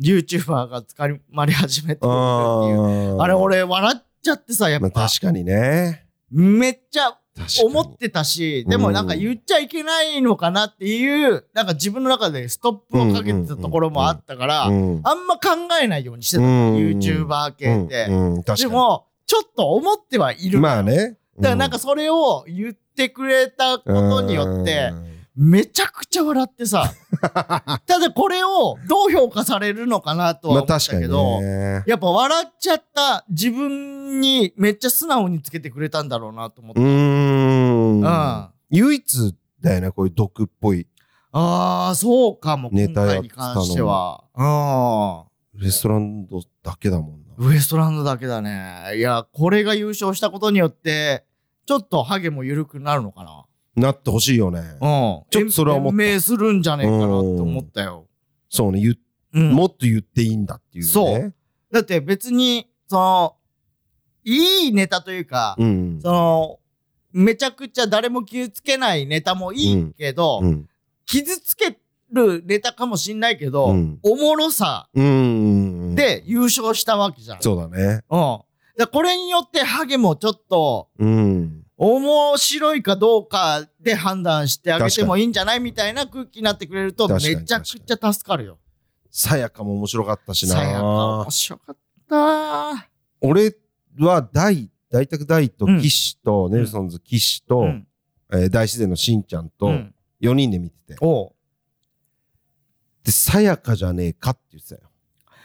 S1: YouTuber が捕まり始めてくるっていう。
S2: あ
S1: あれ、、俺、笑っちゃってさ、やっ
S2: まあ、
S1: ぱ。
S2: 確かにね。
S1: めっちゃ
S2: 確かに
S1: 思ってたし、
S2: うん
S1: でもなんか言っちゃいけないのかなっていう、なんか自分の中でストップをかけてたところもあったから、
S2: うん
S1: あんま考えないようにしてた、
S2: うん
S1: YouTuber 系って。
S2: うんうん確かに
S1: でも、ちょっと思ってはいる。
S2: まあね。
S1: だからなんかそれを言ってくれたことによって、めちゃくちゃ笑って さ。ただこれをどう評価されるのかなと
S2: うん、ま
S1: は思
S2: あ
S1: った
S2: 確か
S1: け
S2: に
S1: ど、
S2: ね。
S1: やっぱ笑っちゃった自分にめっちゃ素直につけてくれたんだろうなと思って。
S2: う
S1: うん。
S2: ん。
S1: あ
S2: 唯一だよね、こういう毒っぽい。
S1: あー、そうかも、
S2: ネ
S1: 今
S2: タや
S1: 回
S2: って
S1: に
S2: たの
S1: 関しては。うん。
S2: レストランドだけだもんな。
S1: ウエストランドだけだね。いや、これが優勝したことによって、ちょっとハゲも緩くなるのかな。
S2: なってほしいよね。
S1: うん。
S2: ちょっとそれは思った
S1: 延命するんじゃねえかなって思ったよ。
S2: そうね、言っ
S1: うん。
S2: もっと言っていいんだっていうね。
S1: そう。だって別に、その、いいネタというか、
S2: うん。
S1: その、めちゃくちゃ誰も傷つけないネタもいいけど、
S2: うん。
S1: 傷つけるネタかもしんないけど、
S2: うん
S1: おもろさ
S2: うん。
S1: で、優勝したわけじゃん。う。
S2: そうだね。
S1: ん。だからこれによってハゲもちょっと、
S2: うん。
S1: 面白いかどうかで判断してあげてもいいんじゃないみたいな空気になってくれるとめ
S2: 確かに
S1: ちゃくちゃ助かるよ。
S2: さやかも面白かったしな。
S1: さやか面白かった。
S2: 俺は大、大宅大と岸と、ネルソンズ岸と、
S1: うん
S2: えー大自然のしんちゃんと
S1: う、ん
S2: 4人で見てて。
S1: おう
S2: で、さやかじゃねえかって言ってたよ。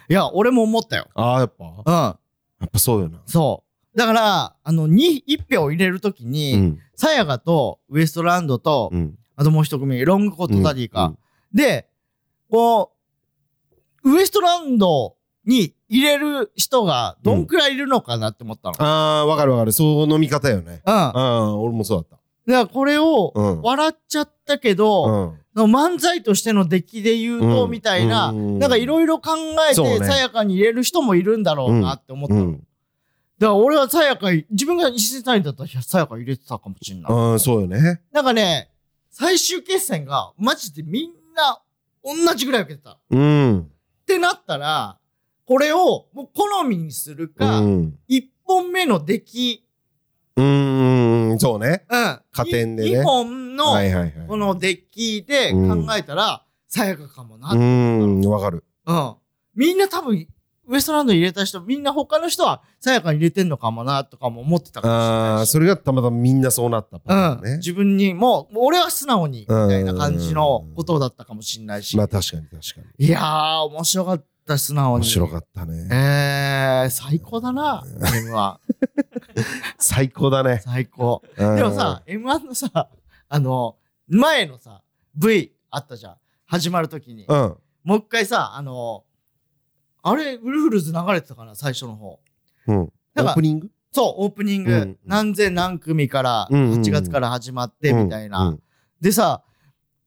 S1: いや、俺も思ったよ。
S2: ああ、やっぱ
S1: うん。
S2: やっぱそうよな。
S1: そう。だから、あの、に1票入れるとき
S2: う
S1: に、
S2: ん。
S1: さやかとウエストランドと、
S2: うん。
S1: あともう一組、ロングコットダディ
S2: う
S1: か
S2: ん。。
S1: で、こう、ウエストランドに入れる人がどんくらいいるのかなって思ったの。
S2: ああ、わかるわかる。そう飲み方よね。
S1: うん。
S2: ああ、俺もそうだった。
S1: だからこれを
S2: うん
S1: 笑っちゃったけど、
S2: うん。
S1: 漫才としての出来で言うと
S2: うん
S1: みたいな、
S2: うん
S1: なんかいろいろ考え
S2: そう
S1: て
S2: ね
S1: さやかに入れる人もいるんだろうなって思った、
S2: うん。
S1: だから俺はさやか自分が石谷だったらさやか入れてたかもしんない、
S2: ああ、そうよね。
S1: なんかね最終決戦がマジでみんな同じぐらい受けてたっ
S2: うん。
S1: てなったらこれをもう好みにする
S2: う
S1: か、
S2: ん。
S1: 一本目の出来、
S2: うん。そうね。
S1: うん、
S2: 加点でね
S1: 2本の、
S2: はいはいはい。
S1: このデッキで考えたら、さやかかもな。
S2: う
S1: うん。
S2: ん、わかる。
S1: みんな多分、ウエストランドに入れた人、みんな他の人は、さやかに入れてんのかもな、とかも思ってたかもしれ
S2: あ
S1: な
S2: あ、
S1: いし。
S2: それがたまたまみんなそうなったパターン
S1: うん、
S2: ね。
S1: 自分にもう、もう俺は素直に、みたいな感じのことだったかもしれないし。
S2: まあ確かに確かに。
S1: いやー、面白かった、素直に。
S2: 面白かったね。
S1: えー、最高だな、M は。
S2: 最高だね。
S1: 最 高。
S2: で
S1: でもさ、、M1 のさ、あの、前のさ、V あったじゃん。始まるときに。
S2: うん。
S1: もう一回さ、あの、あれ、ウルフルズ流れてたかな、最初の方。
S2: うん。オ
S1: なんか
S2: ープニング
S1: そう、オープニング、
S2: うんうん
S1: 何千何組から、
S2: うんうんうん
S1: 8月から始まって、みたいな。。
S2: うん
S1: でさ、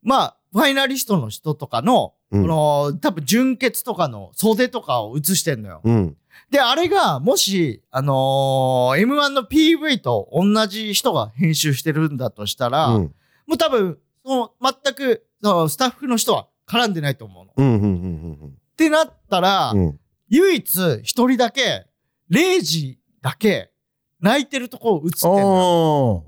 S1: まあ、ファイナリストの人とかの、
S2: うん
S1: この、多分、純潔とかの袖とかを映してんのよ。
S2: うん。
S1: で、あれが、もし、あのー M1 の PV と同じ人が編集してるんだとしたら、
S2: うん。
S1: もう多分、その、全く、その、スタッフの人は絡んでないと思うの。っ
S2: うん。うん。うん。
S1: てなったら、
S2: うん。うん。
S1: 唯一一人だけ、0時だけ、泣いてるとこ映ってんのよ。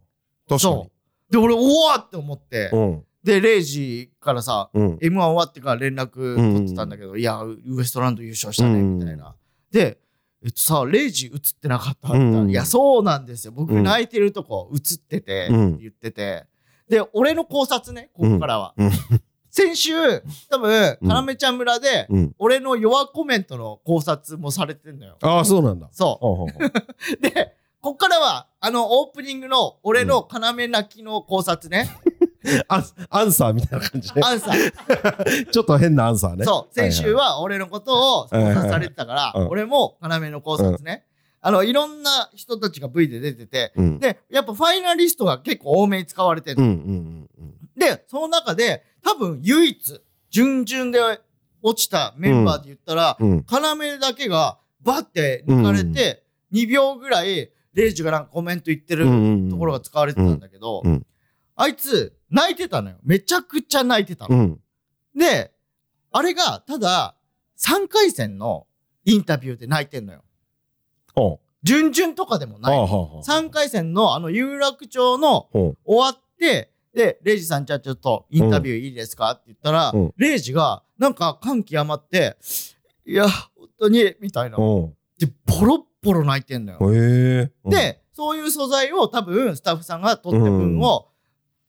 S2: ああ。確かに
S1: そ。う。で、俺、おわって思って、
S2: うん。
S1: で、0時からさ、
S2: うん。
S1: M1 終わってから連絡取ってたんだけど、いや、ウエストランド優勝したね、
S2: うん
S1: みたいな。で、えっとさ、0時映ってなかったみたいな、
S2: うん
S1: いや、そうなんですよ。僕
S2: うん
S1: 泣いてるとこ映ってて、
S2: うん
S1: 言ってて。で、俺の考察ね、ここからは。
S2: うんうん
S1: 先週、多分、
S2: うん
S1: かなめちゃん村で、
S2: うん。
S1: 俺の弱コメントの考察もされてんのよ。
S2: ああ、そうなんだ。
S1: そ
S2: ほうほうほう
S1: う。で、こっからは、あの、オープニングの俺の要泣きの考察ね。
S2: アンアンサーみたいな感じね。
S1: アンサー。
S2: ちょっと変なアンサーね。
S1: そう、先週は俺のことを考察されてたから、
S2: うん
S1: 俺も要の考察ね。あの、いろんな人たちが V で出てて、
S2: うん。
S1: で、やっぱファイナリストが結構多めに使われてる
S2: う。んうんうん
S1: で、その中で、多分唯一、順々で落ちたメンバーで言ったら、
S2: うん。うん。
S1: 要だけがバッて抜かれて、2秒ぐらい、レイジがなんかコメント言ってるところが使われてたんだけど
S2: うんうん、
S1: あいつ、泣いてたのよ。めちゃくちゃ泣いてたの
S2: う。ん。
S1: で、あれが、ただ、3回戦のインタビューで泣いてんのよ。
S2: ほう
S1: 準々とかでも
S2: ああ
S1: ない。
S2: はあはあ
S1: 3回戦のあの有楽町の
S2: ほ
S1: 終わって、で、レイジさんじゃあちょっとインタビューいいですかって言ったら、
S2: うん
S1: レイジがなんか感極まって、いや、本当に、みたいな。
S2: う
S1: で、ボロッボロ泣いてんのよ。
S2: ほう。へえ。うん、
S1: で、そういう素材を多分スタッフさんが取った分を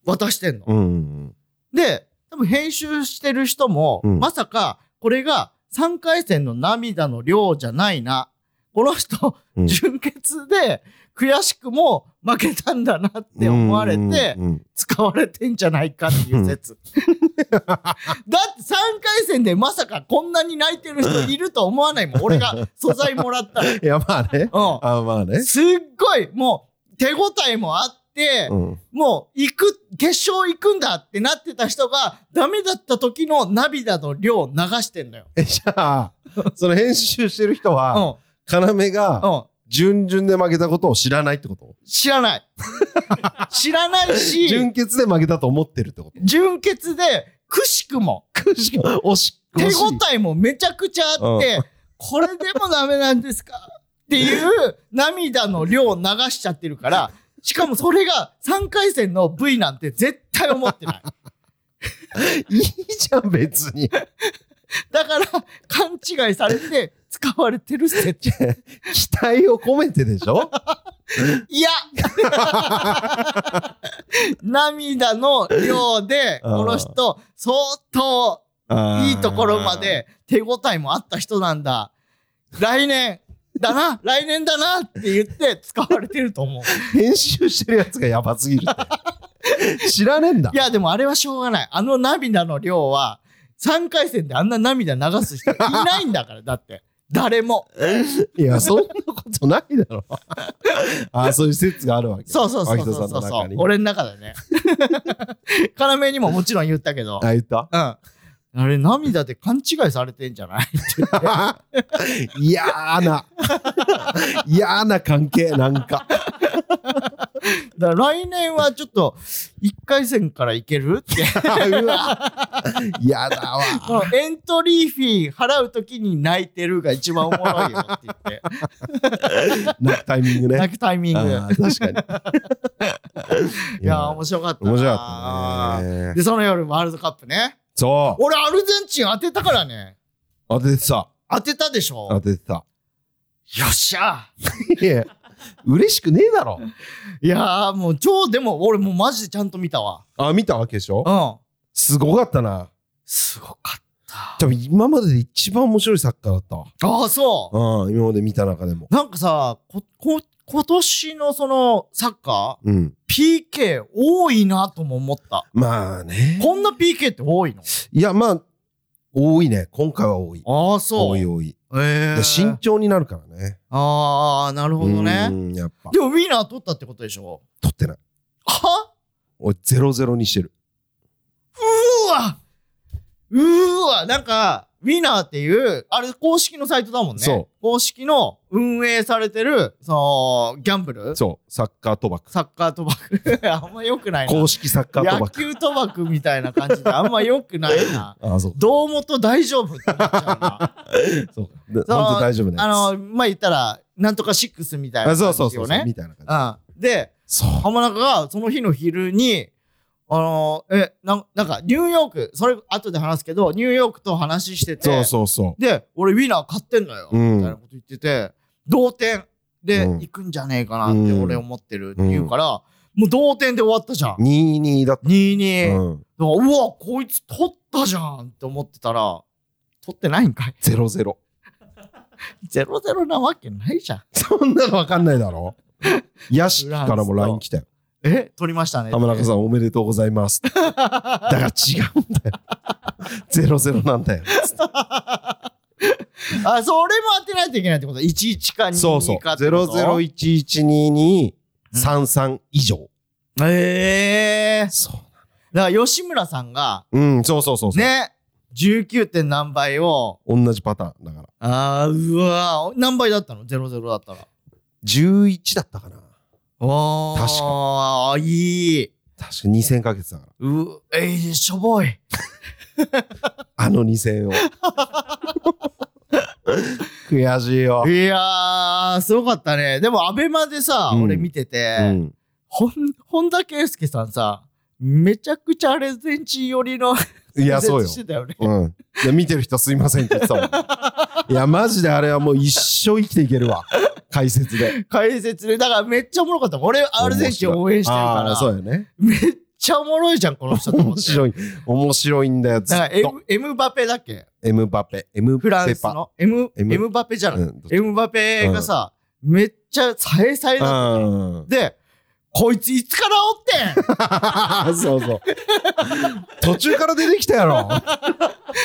S1: 渡してんの。
S2: うんうん
S1: で、多分編集してる人も、
S2: うん
S1: まさかこれが3回戦の涙の量じゃないな。この人、
S2: うん
S1: 純潔で悔しくも負けたんだなって思われ
S2: うん
S1: て、
S2: うんうん
S1: 使われてんじゃないかっていう 説。だって3回戦でまさかこんなに泣いてる人いると思わないもん。俺が素材もらった ら。
S2: いや、まあね。
S1: う
S2: あまあね
S1: ん。。すっごい、もう手応えもあって、
S2: うん。
S1: もう行く、決勝行くんだってなってた人が、ダメだった時の涙の量を流してんのよ。
S2: え、じゃあ、その編集してる人
S1: う
S2: は、
S1: ん。
S2: 要が、
S1: うん。
S2: 準々で負けたことを知らないってこと
S1: 知らない。 知らないし、
S2: 準決で負けたと思ってるってこと
S1: 純潔で、くしくも、
S2: くし く惜し
S1: 手応
S2: 惜しい
S1: えもめちゃくちゃあって、これでもダメなんですかっていう涙の量を流しちゃってるから、しかもそれが3回戦の V なんて絶対思ってない。
S2: いいじゃん、別に。
S1: だから、勘違いされて使われてる説。
S2: 期待を込めてでしょ
S1: いや 涙の量で、
S2: うん
S1: この人、相当いいところま。で手応えもあった人なんだ。来年だ な、来年だなって言って使われてると思う。
S2: 編集してるやつがやばすぎるって。知らねえんだ
S1: い。や、でもあれはしょうがない。あの涙の量は、3回戦であんな涙流す人いないんだ から、だって。誰も。
S2: いや、そんなことないだろ。ああ、そういう説があるわけ。
S1: そうそうそう
S2: 秋
S1: そ
S2: 田
S1: う
S2: さ
S1: そう
S2: んの
S1: そう
S2: 中に。
S1: 俺の中で ね。要にももちろん言ったけど。
S2: あ、言った
S1: うん。あれ、涙で勘違いされてんじゃない
S2: 嫌な。嫌な関係、なんか。
S1: だから来年はちょっと、1回戦からいける って、
S2: うわ。嫌だわ。
S1: このエントリーフィー払うときに泣いてるが一番おもろいよって言 って、
S2: 泣くタイミングね。
S1: 泣くタイミング。い
S2: あー確か に。
S1: やー、面白かったな。
S2: 面白かったね。
S1: で、その夜、ワールドカップね。
S2: そう。
S1: 俺、アルゼンチン当てたからね。
S2: 当ててた。
S1: 当てたでしょ
S2: 当ててた。
S1: よっしゃ
S2: いや、嬉しくねえだろ。
S1: いやーもう今日でも俺もうマジでちゃんと見たわ。
S2: あ、見たわけでしょ
S1: うん。
S2: すごかったな。
S1: すごかった。
S2: 多分今までで一番面白いサッカーだったわ。
S1: ああ、そう。
S2: うん、今まで見た中でも。
S1: なんかさ、こ、こ、今年のそのサッカ
S2: うん。
S1: ー、PK 多いなとも思った。
S2: まあね。
S1: こんな PK って多いの
S2: いや、まあ、多いね。今回は多い。
S1: ああ、そ
S2: 多
S1: う。
S2: い
S1: え
S2: 多い。
S1: えー。
S2: 慎重になるからね。
S1: ああ、なるほど
S2: う
S1: ね。
S2: ん、やっぱ。
S1: でもウィナー取ったってことでしょ
S2: 取ってない。
S1: は
S2: 俺、ゼロゼロにしてる。
S1: うわうーわなんか、ウィナーっていう、あれ公式のサイトだもんね。
S2: そう
S1: 公式の運営されてる、その、ギャンブル
S2: そう、サッカー賭博。
S1: サッカー賭博。 あんま良くないな。
S2: 公式サッカー賭
S1: 野
S2: 博。。
S1: 球賭博みたいな感じで、あんま良くないな
S2: あ、そう。
S1: どうもと大丈夫ってなっちゃうな。
S2: そうか。で本当大丈夫ね。
S1: あの、まあ、言ったら、なんとかシックスみたいな感
S2: あ
S1: じ
S2: そ
S1: よ、ね。
S2: うそうそうそう。みたいな感
S1: う
S2: じ。
S1: ん。で、
S2: そう。
S1: 浜中がその日の昼に、あのーえ、なんなんか、ニューヨーク、それ後で話すけど、ニューヨークと話してて、
S2: そうそうそ
S1: で、俺ウィナー買ってんのよ、
S2: うん
S1: みたいなこと言ってて、同点で
S2: うん
S1: 行くんじゃねえかなって俺思ってるって言うから、もう同点で終わったじゃん
S2: う。。2-2だっ
S1: 2-2。
S2: た。
S1: だか
S2: うん。
S1: らうわ、こいつ取ったじゃんって思ってたら、取ってないんかい
S2: ゼロゼロ。
S1: ?0-0 なわけないじゃん。
S2: そんなのわかんない だろヤシキからも LINE 来たよ。
S1: え取りましたね。
S2: 浜中さんおめでとうございます。だから違うんだよ。ゼロゼロなんだよ。
S1: あ、それも当てないといけないってこと ?11 か
S2: そうそ
S1: 22
S2: う。
S1: かってこ
S2: ゼロ
S1: と
S2: ゼロ一一二二三三以上。
S1: ええ
S2: そ
S1: だから吉村さんが、
S2: う。うん、そうそうそうそう。
S1: ね、19. 点何倍を、
S2: 同じパターンだから。
S1: あーうわー何倍だったの ?00 だったら。
S2: 十一だったかな。
S1: おー。
S2: 確
S1: かに。いい。
S2: 確か二千かけてたから。
S1: う、えい、しょぼい。
S2: あの二千を。悔しいよ
S1: い。やー、すごかったね。でも、アベマでさ、
S2: うん
S1: 俺見てて、
S2: うん。
S1: ほん、本田圭佑さんさ、めちゃくちゃアルゼンチン寄りの
S2: いや、そうよ
S1: し。てたよね。
S2: うん。いや見てる人すいませんって言っ てたもん。いや、マジであれはもう一生生きていけるわ。解説で。
S1: 解説で。だからめっちゃおもろかった。俺、アルゼンチン応援してるか
S2: あー
S1: ら。
S2: そうやね。
S1: めっちゃおもろいじゃん、この人と思っ
S2: 面
S1: て。
S2: 白い。面白いんだよ、ず
S1: だ
S2: っ
S1: からエ
S2: と。
S1: ム、エムバペだっけ
S2: エムバペ。エム
S1: フラン
S2: ペ
S1: ス
S2: パ。
S1: の。エム、エ
S2: エム
S1: ムバペじゃ。
S2: うんんどっち
S1: エムバペがさ、めっちゃさえさえだっ
S2: うん
S1: た。。で、こいついつからおってん
S2: そうそう。途中から出てきたやろ。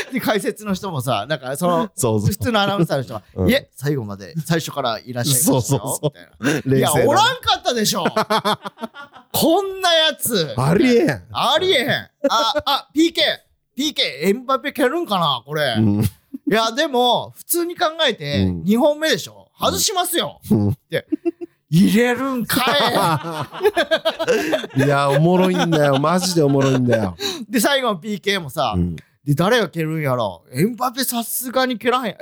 S1: って解説の人もさ、なんかその、
S2: そうそう
S1: 普。通のアナウンサーの人は、
S2: うん
S1: いえ、最後まで、最初からいらっしゃいましたよ。
S2: そうそうそう
S1: みたいな。い
S2: 冷
S1: や、
S2: 静
S1: お
S2: だ
S1: らんかったで しょこんなやつ。
S2: ありえん。
S1: ありえへん。あ、あ、PK。PK、エムバペ蹴るんかなこれ。い
S2: うん
S1: や、でも、普通に考えて、
S2: うん
S1: 2本目でしょ外しますよ。
S2: うん
S1: って、入れるんか
S2: いや、おもろいんだよ。マジでおもろいんだよ。
S1: いで、最後の PK もさ、
S2: うん
S1: で、誰が蹴るんやろエムバペさすがに蹴らへん。え、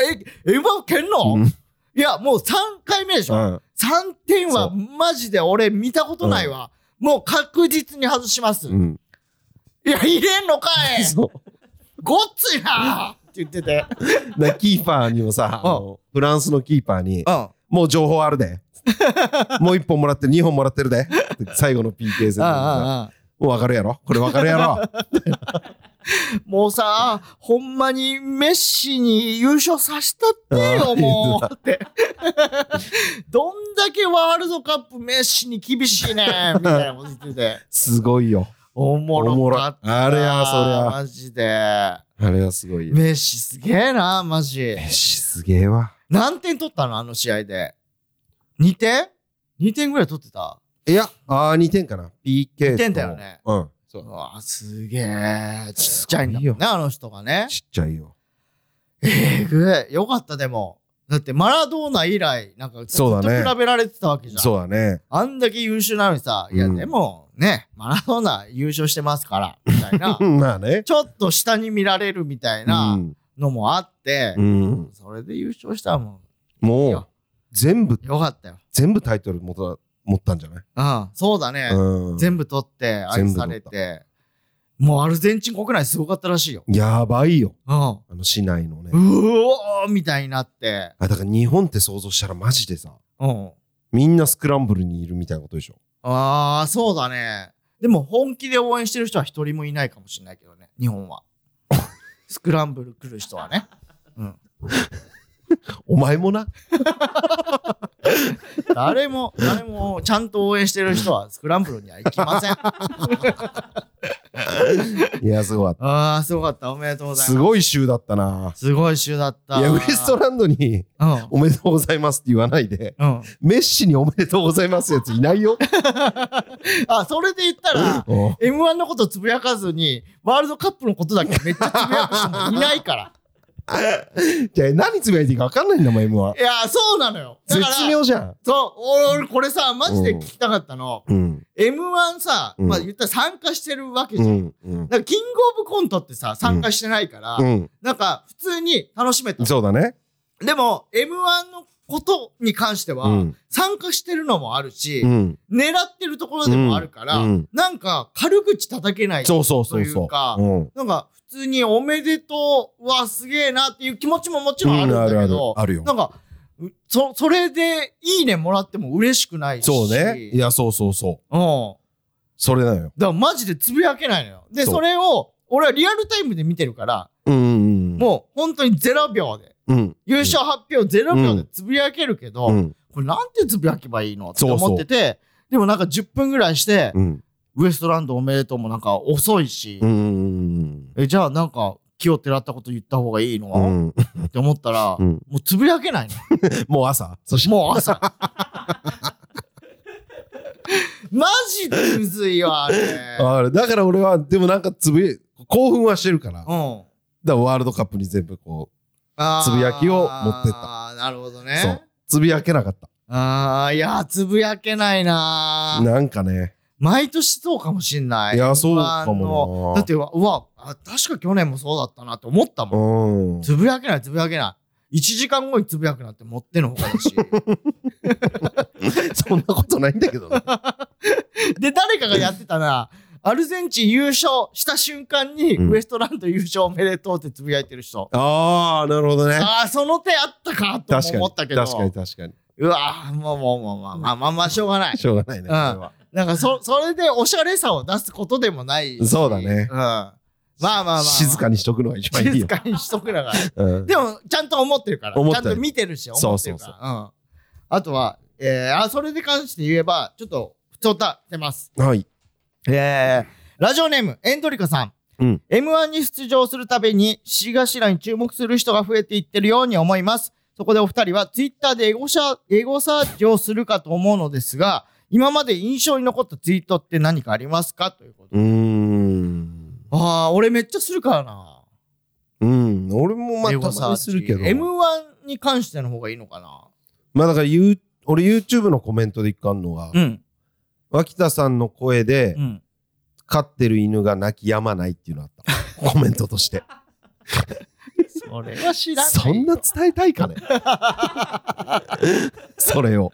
S1: エムバペ蹴んの、
S2: うん
S1: いや、もう3回目でし
S2: う
S1: ょ、
S2: ん
S1: ?3 点は
S2: そ
S1: マジで俺見たことないわ。もう確実に外します。
S2: うん。
S1: いや、入れんのかい
S2: そう。
S1: ごっついなって言ってて。
S2: でキーパーにもさ、あのフランスのキーパーに、
S1: うん。
S2: もう情報あ るで。もう一本もらってる、二本もらってるで。最後の PK 戦でも
S1: ああ
S2: うわかるやろこれわかるや ろ
S1: ああもうさ、ほんまにメッシに優勝させたって
S2: あ
S1: よ、
S2: あ
S1: もうって。どんだけワールドカップメッシに厳しいね、みたいなこと言ってて。
S2: すごいよ。
S1: おも
S2: お
S1: ろ
S2: もろ
S1: かった。
S2: あれやそりゃ
S1: マジで。
S2: あれはすごいよ。
S1: メッシすげえな、マジ
S2: メ。ッシすげえわ。
S1: 何点取ったのあの試合で。2点 ?2 点ぐらい取ってた。
S2: いや、あー、2点かな。PK と。
S1: 2点だよね
S2: うん。そうう。
S1: わ、すげえ。ちっちゃいんだもん
S2: す
S1: ね、あの人がね。
S2: ちっちゃいよ。
S1: えぐい。よかった、でも。だって、マラドーナ以来、なんか、ずっ
S2: そ
S1: と
S2: うだね
S1: 比べられてたわけじゃん。
S2: そうだね。
S1: あんだけ優秀なのにさ、いや、
S2: うん。
S1: でも、ね、マラドーナ優勝してますから、みたいな
S2: まあね。
S1: ちょっと下に見られるみたいうなんのもあって
S2: う、ん。
S1: それで優勝したらも
S2: もう、全部、
S1: ん。よかったよ。
S2: 全部タイトル持った持ったんじゃない
S1: うん、そうだね。
S2: うん。
S1: 全部取って、愛され
S2: 全部
S1: て。もうアルゼンチン国内すごかったらしいよ。
S2: やばいよ。
S1: うん。う
S2: あの市内のね。
S1: おーみたいになって。
S2: あ、だから日本って想像したらマジでさ、
S1: うん。
S2: みんなスクランブルにいるみたいなことでしょ。
S1: ああ、そうだね。でも本気で応援してる人は一人もいないかもしれないけどね、日 本は。スクランブル来る人はね。
S2: お前もな。
S1: 誰も、誰もちゃんと応援してる人はスクランブルには行きま せん。あ
S2: いや、すごかっ
S1: あ、すごかった。おめでとうご
S2: た。
S1: ざい
S2: す
S1: ます。
S2: ごい週だったな。
S1: すごい週だった。
S2: いや、ウエストランドに
S1: うん。
S2: おめでとうございますって言わないで、
S1: うん。
S2: メッシにおめでとうございますやついな いよ。
S1: あ、それで言ったら、
S2: うん
S1: M1 のことつぶやかずに、ワールドカップのことだけめっちゃつぶやく人もいないから。。
S2: じゃあ何つぶやいていいか分かんないんだもん、M はい
S1: や、そうなのよ。だ
S2: 絶
S1: から、
S2: 妙じゃん。
S1: そう、俺、俺これさ、マジで聞きたかったの。
S2: うん。
S1: M1 さ、
S2: うん
S1: まあ言ったら参加してるわけじ
S2: う
S1: ゃん。
S2: ん。うん。
S1: なんかキングオブコントってさ、参加してないから、
S2: うん。
S1: なんか普通に楽しめた。
S2: そうだね。
S1: でも、M1 のことに関しては、
S2: うん。
S1: 参加してるのもあるし、
S2: うん。
S1: 狙ってるところでもあるから、
S2: うんうん
S1: なんか軽口叩けない。
S2: そうそうそう
S1: とい
S2: そう
S1: か
S2: う。うん。
S1: なんか普通におめでとうはすげえなっていう気持ちももちろんあるんだけど、
S2: うんあるあるあるよ
S1: なんか、うそ、それでいいねもらっても嬉しくないし。
S2: そうね。いや、そうそうそう。
S1: うん。
S2: それだよ。
S1: だからマジでつぶやけないのよ。で、
S2: そう
S1: それを、俺はリアルタイムで見てるから、
S2: うんうんうん。
S1: もう本当に0秒で、
S2: うん。
S1: 優勝発表0秒
S2: う
S1: で
S2: ん
S1: つぶやけるけど、
S2: うん。
S1: これなんてつぶやけばいいのって
S2: そうそう
S1: 思ってて、でもなんか10分ぐらいして、
S2: うん。
S1: ウエストランドおめでとうもなんか遅いし、
S2: うんうん
S1: えじゃあなんか気をてらったこと言った方がいいの、
S2: うんうん。うん
S1: って思ったら、
S2: うん
S1: もうつぶやけないの。
S2: もう朝そして、
S1: もう朝。 マジでむずいわ、あれ。
S2: あれだから俺は、でもなんかつぶや興奮はしてるから、だか
S1: うん。
S2: らワールドカップに全部こう、
S1: あー
S2: つぶやきを持ってった
S1: あーなるほど
S2: そ
S1: ね
S2: う。つぶやけなかった。
S1: ああ、いやー、つぶやけないなー
S2: なんかね、
S1: 毎年そうかもしんない。
S2: いや、そう
S1: 不
S2: か
S1: 安の
S2: も
S1: だ
S2: な
S1: っ。て、うわうわあ、確か去年もそうだったなって思ったもん。
S2: うん。
S1: つぶやけない、つぶやけない。1時間後につぶやくなって持ってのほかだ し。
S2: そんなことないんだけどね。
S1: で、誰かがやってたな。アルゼンチン優勝した瞬間に、
S2: うん
S1: ウエストランド優勝おめでとうってつぶやいてる人。
S2: ああ、なるほどね。
S1: ああ、その手あったかと
S2: 確
S1: も
S2: か
S1: 思っ
S2: に。
S1: たけ
S2: 確
S1: ど。
S2: かに確かに。
S1: うわーもうもうもうまあまあまあまあ、しょうがない。
S2: しょうがない
S1: ん
S2: ね。これは
S1: なんか そ、それでおしゃれさを出すことでもないし。
S2: そうだね
S1: うん。まあまあまあ、まあ。
S2: 静かにしとくのが一番いい
S1: 静
S2: よ。
S1: かにしとくな がら。
S2: うん
S1: でも、ちゃんと思ってるから。
S2: 思っ
S1: ちゃ
S2: て
S1: ん
S2: る
S1: と見てるし、思ってるから。
S2: そうそう
S1: うん。あとは、えー、あ、それで関して言えば、ちょっと、普通歌ってます。
S2: はい。
S1: えー、ラジオネーム、エンドリカさん。
S2: うん。
S1: M1 に出場するたびに、獅子頭に注目する人が増えていってるように思います。そこでお二人は、ツイッターでエゴシャエゴサーチをするかと思うのですが、今まで印象に残ったツイートって何かありますかということ。
S2: うーん。
S1: ああ、俺めっちゃするからな。
S2: うん。俺もまあ、
S1: エ
S2: た
S1: ゴサ
S2: ま
S1: ー
S2: に
S1: チ
S2: するけど。
S1: M1 に関しての方がいいのかな。
S2: まあだから、ゆう俺 YouTube のコメントで一個あるのが、
S1: うん。
S2: 脇田さんの声で、
S1: うん。
S2: 飼ってる犬が泣き止まないっていうのあった。コメントとして。
S1: それは知らない。
S2: そんな伝えたいか ねそれを。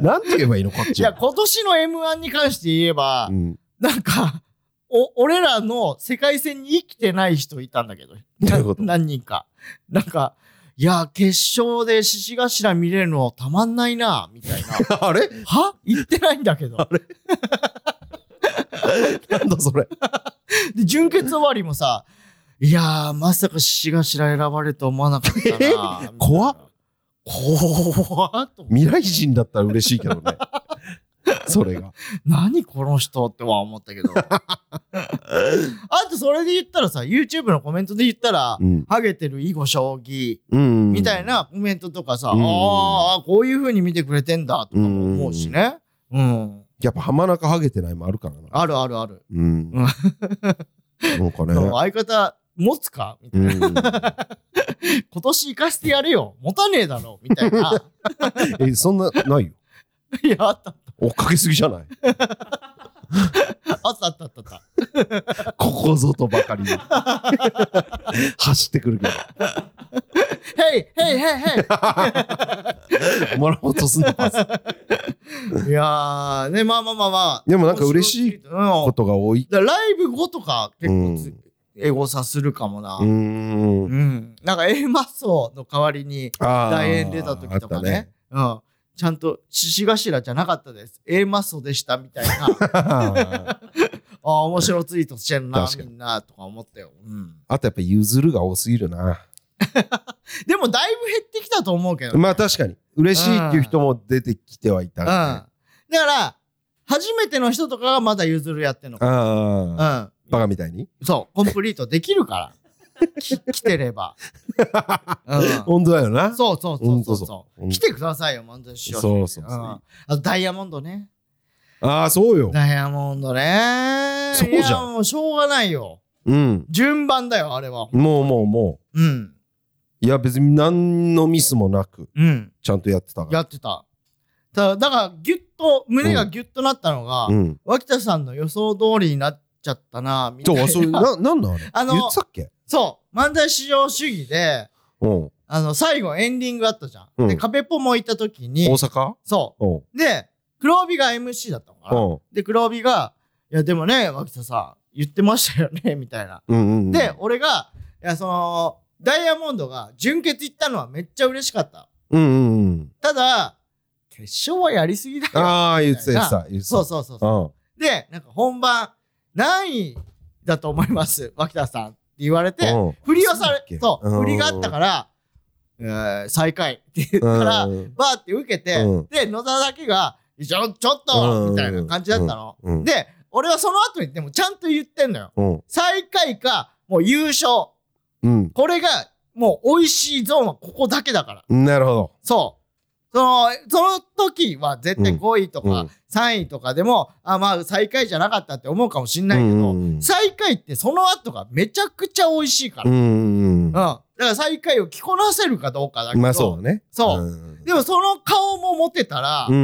S2: なんて言えばいいのこっ
S1: い
S2: ち
S1: や、
S2: は。
S1: 今年の M1 に関して言えば、
S2: うん、
S1: なんか、お、俺らの世界線に生きてない人いたんだけど。
S2: どういうこと
S1: な何人か。なんか、いや、決勝で獅子頭見れるのたまんないな、み たいな。
S2: あれ
S1: は言ってないんだけど。
S2: なんだそれ。
S1: で、準決終わりもさ、いやー、まさか獅子頭選ばれると思わなかったなみたいな。
S2: 怖っ
S1: 怖っと思って
S2: 未来人だったら嬉しいけどね。それが。
S1: 何この人っては思ったけ ど。あと、それで言ったらさ、YouTube のコメントで言ったら、
S2: うん。
S1: ハゲてる囲碁将棋
S2: うん
S1: みたい。なコメントとかさ、
S2: うん
S1: ああ、こういう風に見てくれてんだとかも思うしね。うん。
S2: やっぱ浜中ハゲてないもあるからな。
S1: あるあるある。
S2: うん。
S1: うん
S2: なんかね。
S1: 相方持つかみた
S2: う
S1: いな。
S2: ん、
S1: 今年行かせてやれよ。持たねえだろ。みたい な。
S2: え、そんな、ないよ。
S1: いや、あった。
S2: 追っかけすぎじゃない
S1: あったあったあったあった。
S2: ここぞとばか りに走ってくるけど
S1: ヘイヘイヘイヘイ
S2: もらおうとすんなパス
S1: い やー、ね、まあまあまあまあ。
S2: でもなんか嬉し
S1: う
S2: い
S1: ん。
S2: ことが多い。
S1: だからライブ後とか結構つ、
S2: うん
S1: エゴサするかもな。
S2: うー
S1: うん。
S2: ん。
S1: なんか A マッソの代わりに
S2: あー
S1: 楕円出た時と
S2: あ
S1: か
S2: った
S1: ね。うん。ちゃんと、獅子頭じゃなかったです。A マッソでしたみたい な。 ああ、面白いツイートしてるな、
S2: 確か
S1: み
S2: に
S1: んな、とか思ったよ。うん。
S2: あとやっぱゆずるが多すぎるな。
S1: でも、だいぶ減ってきたと思うけど。
S2: まあ確かに。嬉しいっていう人も出てきてはいた
S1: うん。だ
S2: ね。
S1: から、初めての人とかがまだ譲るやってんのか。
S2: ああ。
S1: うん。
S2: バカみたいに。
S1: そう、コンプリートできるから。き来てれ ば。うん
S2: 本当だよな。
S1: そうそうそうそうそ
S2: ほんとそう
S1: う。来てくださいよ、漫才師匠。
S2: そうそうそうん
S1: あとダイヤモンドね。
S2: ああ、そうよ。
S1: ダイヤモンドね。
S2: そうじゃ
S1: い
S2: ん
S1: やもうしょうがないよ。
S2: うん。
S1: 順番だよ、あれは。
S2: もうもうも
S1: うん。
S2: う。いや別に何のミスもなく、
S1: うん。
S2: ちゃんとやってたから。
S1: やってた。ただ、だから、ぎゅっと、胸がぎゅっとなったのが、
S2: うん。
S1: 脇田さんの予想通りになっちゃったな、みた
S2: 今
S1: い
S2: 日
S1: な。
S2: は そういう、な、なんなのあ
S1: あ
S2: れ
S1: の
S2: 言ってたっけ
S1: そう。漫才至上主義で、
S2: うん。
S1: あの、最後エンディングあったじゃん。
S2: うん
S1: で、カペポも行った時に
S2: 大、阪
S1: そ
S2: うん。
S1: う。で、黒帯が MC だったのかな。
S2: うん。
S1: で、黒帯が、いや、でもね、脇田さん、言ってましたよね、みたいな。
S2: うんうんうん。
S1: で、俺が、いや、その、ダイヤモンドが準決行ったのはめっちゃ嬉しかった。
S2: うんうんうん。
S1: ただ、決勝はやりすぎだよ。
S2: ああ、言ってた、言ってた。言ってた
S1: そうそうそうそう。で、なんか本番、何位だと思います、 脇田さんって言われて、
S2: うん。うん。
S1: 振りをされ
S2: そうだっけ、
S1: そう
S2: うん、
S1: 振りがあったから、えー最下位って言ったら、
S2: うん
S1: バーって受けて、
S2: うん
S1: で、野田だけが、ちょ、ちょっ
S2: うん
S1: と、みたいな感じだったの。
S2: うん。
S1: で、俺はその後にでもちゃんと言ってんのよ。
S2: うん。
S1: 最下位か、もう優勝。
S2: うん。
S1: これが、もう美味しいゾーンはここだけだから。
S2: なるほど。
S1: そう。その、その時は絶対5位と
S2: うんうん
S1: か3位とかでも、あ、まあ最下位じゃなかったって思うかもしんないけど、
S2: うんうんうん
S1: 最下位ってその後がめちゃくちゃ美味しいから。
S2: うんうん
S1: うん。だから最下位を着こなせるかどうかだ
S2: う
S1: けど。
S2: ん。まあそうだね。
S1: そう
S2: う
S1: でもその顔も持てたら、
S2: ん。う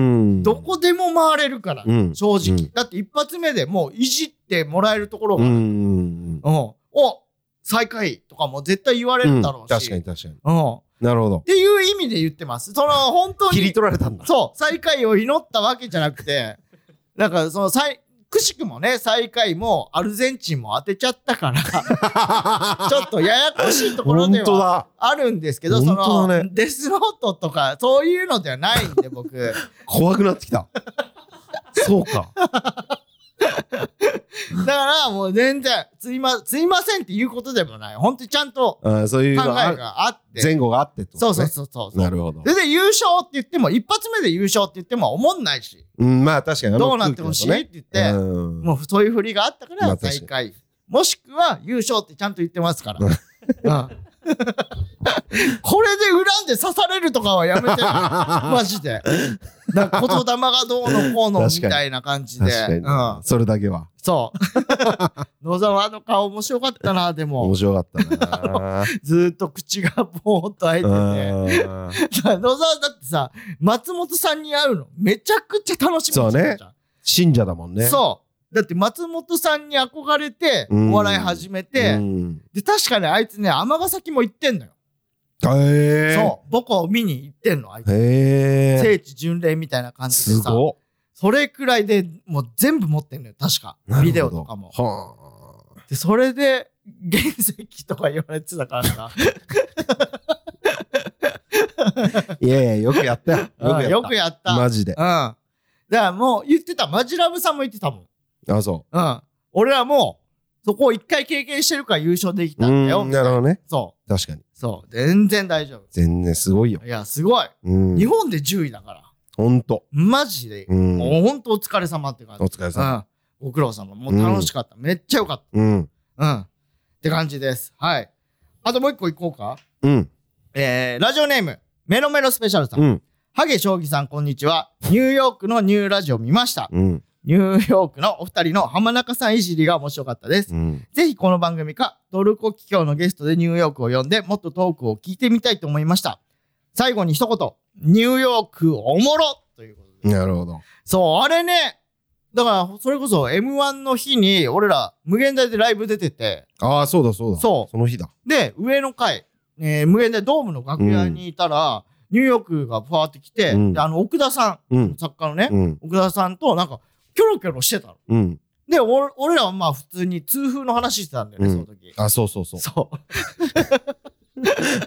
S2: ん。
S1: どこでも回れるから、
S2: うん
S1: 正直、
S2: うん
S1: だって一発目でもういじってもらえるところ
S2: う
S1: が、
S2: ん
S1: うん
S2: うん
S1: お最下位とかも絶対言われ
S2: うん。う
S1: る
S2: ん
S1: だろうし、
S2: 確かに確かに。
S1: うんっ
S2: なるほど。
S1: ていう意味で言ってます。その本当に、
S2: 取られたんだ。
S1: そう、最下位を祈ったわけじゃなくて、 なんかその最、くしくもね、最下位もアルゼンチンも当てちゃった から、ちょっとややこしいところ
S2: 本
S1: で
S2: 当
S1: は
S2: だ。
S1: あるんですけど、そ
S2: 本当
S1: の、
S2: だね
S1: デスノートとか、そういうのではないんで、 僕。
S2: 怖くなって きた。そうか。
S1: だから、もう全然、すいま、すいませんっていうことでもない。本当にちゃんと
S2: あーそういう
S1: 考え
S2: のが
S1: があって。
S2: 前後があってってこ
S1: そ
S2: と
S1: う
S2: ね
S1: そうそうそう。
S2: なるほど。
S1: それで優勝って言っても、一発目で優勝って言っても思んないし、
S2: うん、まあ確かにあの
S1: どうなってほしい
S2: 空
S1: って言っ
S2: 気
S1: て、
S2: だとねうん
S1: もうそういう振りがあったか
S2: まあ
S1: ら、
S2: 確
S1: 最
S2: か
S1: 下位。もしくは、優勝ってちゃんと言ってますから。うん これで恨んで刺されるとかはや めてね。マジで。なんか言霊がどうのこうのみ
S2: 確かに
S1: たいな感じで。
S2: 確かに、
S1: うん。
S2: それだけは
S1: そう。 野沢の顔面白かったな、でも
S2: 面。白かった な。
S1: ずーっと口がぼーっと開いてて。
S2: うん
S1: 野沢だってさ、松本さんに会うのめちゃくちゃ楽しみ
S2: そうね
S1: じゃん
S2: 信者だもんね。
S1: そう。だって松本さんに憧れて、
S2: うん
S1: お笑い始めて、
S2: うん
S1: で、確かにあいつね、尼崎も行ってんのよ。
S2: へえ。
S1: そう。母校見に行ってんの、あいつ。
S2: へえ。
S1: 聖地巡礼みたいな感じ
S2: す
S1: でさ。
S2: ご
S1: それくらいでもう全部持ってんのよ、確か
S2: っ。
S1: ビデオとかも。
S2: はあ。
S1: で、それで、原石とか言われてたから さ。
S2: いやいや、よくやったよ。よく やっ
S1: う
S2: た。
S1: んよくやった。
S2: マジで。
S1: うん。だからもう言ってた、マジラブさんも言ってたもん。
S2: あ、そ
S1: うん。俺はもう、そこを一回経験してるから優勝でき
S2: う。
S1: たんだよ。
S2: うんなるほどね。
S1: そ
S2: 確かに。
S1: う。そう。全然大丈
S2: 全然すごいよ
S1: 夫。。いや、すごい。
S2: うん
S1: 日。本で10位だから。
S2: ほんと。
S1: マジで。
S2: うん。
S1: もうほんとお疲れ様って感じ
S2: お。疲れ
S1: う
S2: さ
S1: ん。ご苦労様。もう楽しかった。めっちゃよかっ
S2: ま。うん。
S1: た。うん。って感じです。はい。あともう一個いこうか。
S2: うん。
S1: えー、ラジオネーム、メロメロスペシャルさん。
S2: うん。
S1: ハゲ将棋さん、こんにちは。ニューヨークのニューラジオ見ました。
S2: うん。
S1: ニューヨークのお二人の浜中さんいじりが面白かったです。
S2: うん。
S1: ぜひこの番組か、トルコ企業のゲストでニューヨークを呼んで、もっとトークを聞いてみたいと思いました。最後に一言、ニューヨークおもろということで。
S2: なるほど。
S1: そう、あれね、だから、それこそ M1 の日に、俺ら、無限大でライブ出てて、
S2: ああ、そうだそうだ。
S1: そう
S2: その日だ。
S1: で、上の階、えー無限大ドームの楽屋にいたら、ニューヨークがパーって来て、
S2: うん
S1: であの、奥田さ
S2: うん
S1: ん、。作家のね、
S2: うん。
S1: 奥田さんとなんか、キョロキョロしてたの。
S2: うん。
S1: で、お俺らはまあ普通に痛風の話してたんだよね、
S2: うん
S1: その時。
S2: あ、そうそうそ う。
S1: そう。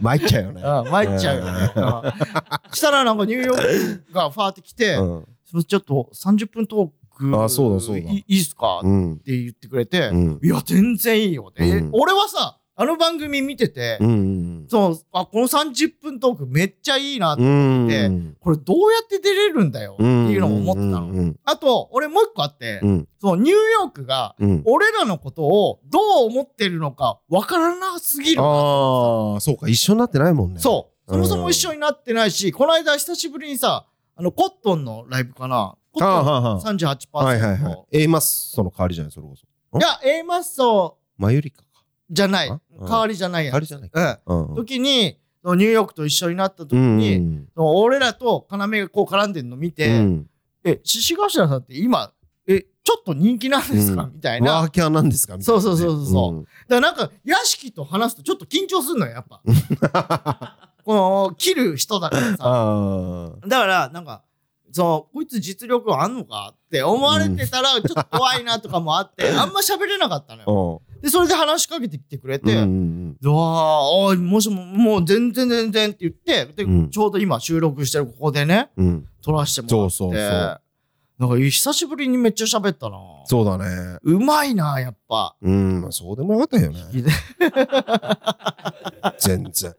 S2: 参っちゃうよね。
S1: あ参っちゃうよね。うんしたらなんかニューヨークがファーって来て、
S2: うん。
S1: そのちょっと30分トーク
S2: あそうだそうだ
S1: いいいっすか、
S2: う
S1: っ
S2: ん。
S1: て言ってくれて、
S2: うん。
S1: いや、全然いいよ、ね
S2: うん
S1: 俺はさ、あの番組見てて、
S2: うん。
S1: そうあこの30分トークめっちゃいいな、
S2: うん。
S1: でこれどうやって出れるんだよ、っていうのも思ってたの。
S2: うん。
S1: あと、俺もう一個あって、
S2: うん。
S1: そうニューヨークが、
S2: うん。
S1: 俺らのことをどう思ってるのかわからなすぎる
S2: ああ、そうか。一緒になってないもんね。
S1: そう。
S2: う
S1: そ
S2: ん
S1: もそも一緒になってないし、この間久しぶりにさ、あの、コットンのライブかな。コッ
S2: ああ、
S1: トン
S2: はんはん。
S1: 38%。
S2: はいはいはい。A マッソの代わりじゃない、それこそ。
S1: いや、A マッソ
S2: マユリカか。
S1: じゃない。
S2: あ
S1: 代わりじゃないや
S2: 代わりじゃない
S1: うん。
S2: うんうん。
S1: 時に、そのニューヨークと一緒になった時
S2: うん
S1: に、その俺らと要がこう絡んでるの見
S2: う
S1: て、
S2: ん。
S1: え、獅子頭さんって今、え、ちょっと人気なんですか
S2: うん
S1: みたいな。
S2: ワ
S1: だ
S2: ーキャーなんですかみたいなね
S1: そうそうそうそう
S2: うん。
S1: からなんか、屋敷と話すとちょっと緊張すんのよ、やっぱ。 この、切る人だからさ。
S2: あ
S1: だから、なんか、そう、こいつ実力あんのかって思われてたら、ちょっと怖いなとかもあって、あんま喋れなかったの
S2: あ。
S1: よ。
S2: うん
S1: で、それで話しかけてきてくれて、う
S2: う
S1: んわー、おい、もしも、もう全然全然って言って、で、
S2: うん
S1: ちょうど今収録してるここでね、
S2: うんうん。
S1: 撮らせても
S2: そ
S1: ら
S2: う
S1: って。
S2: そうそう。
S1: なんか、久しぶりにめっちゃ喋ったな。
S2: そうだね。
S1: うまいな、やっぱ。
S2: うん、まあそうでもなかったよね。全然。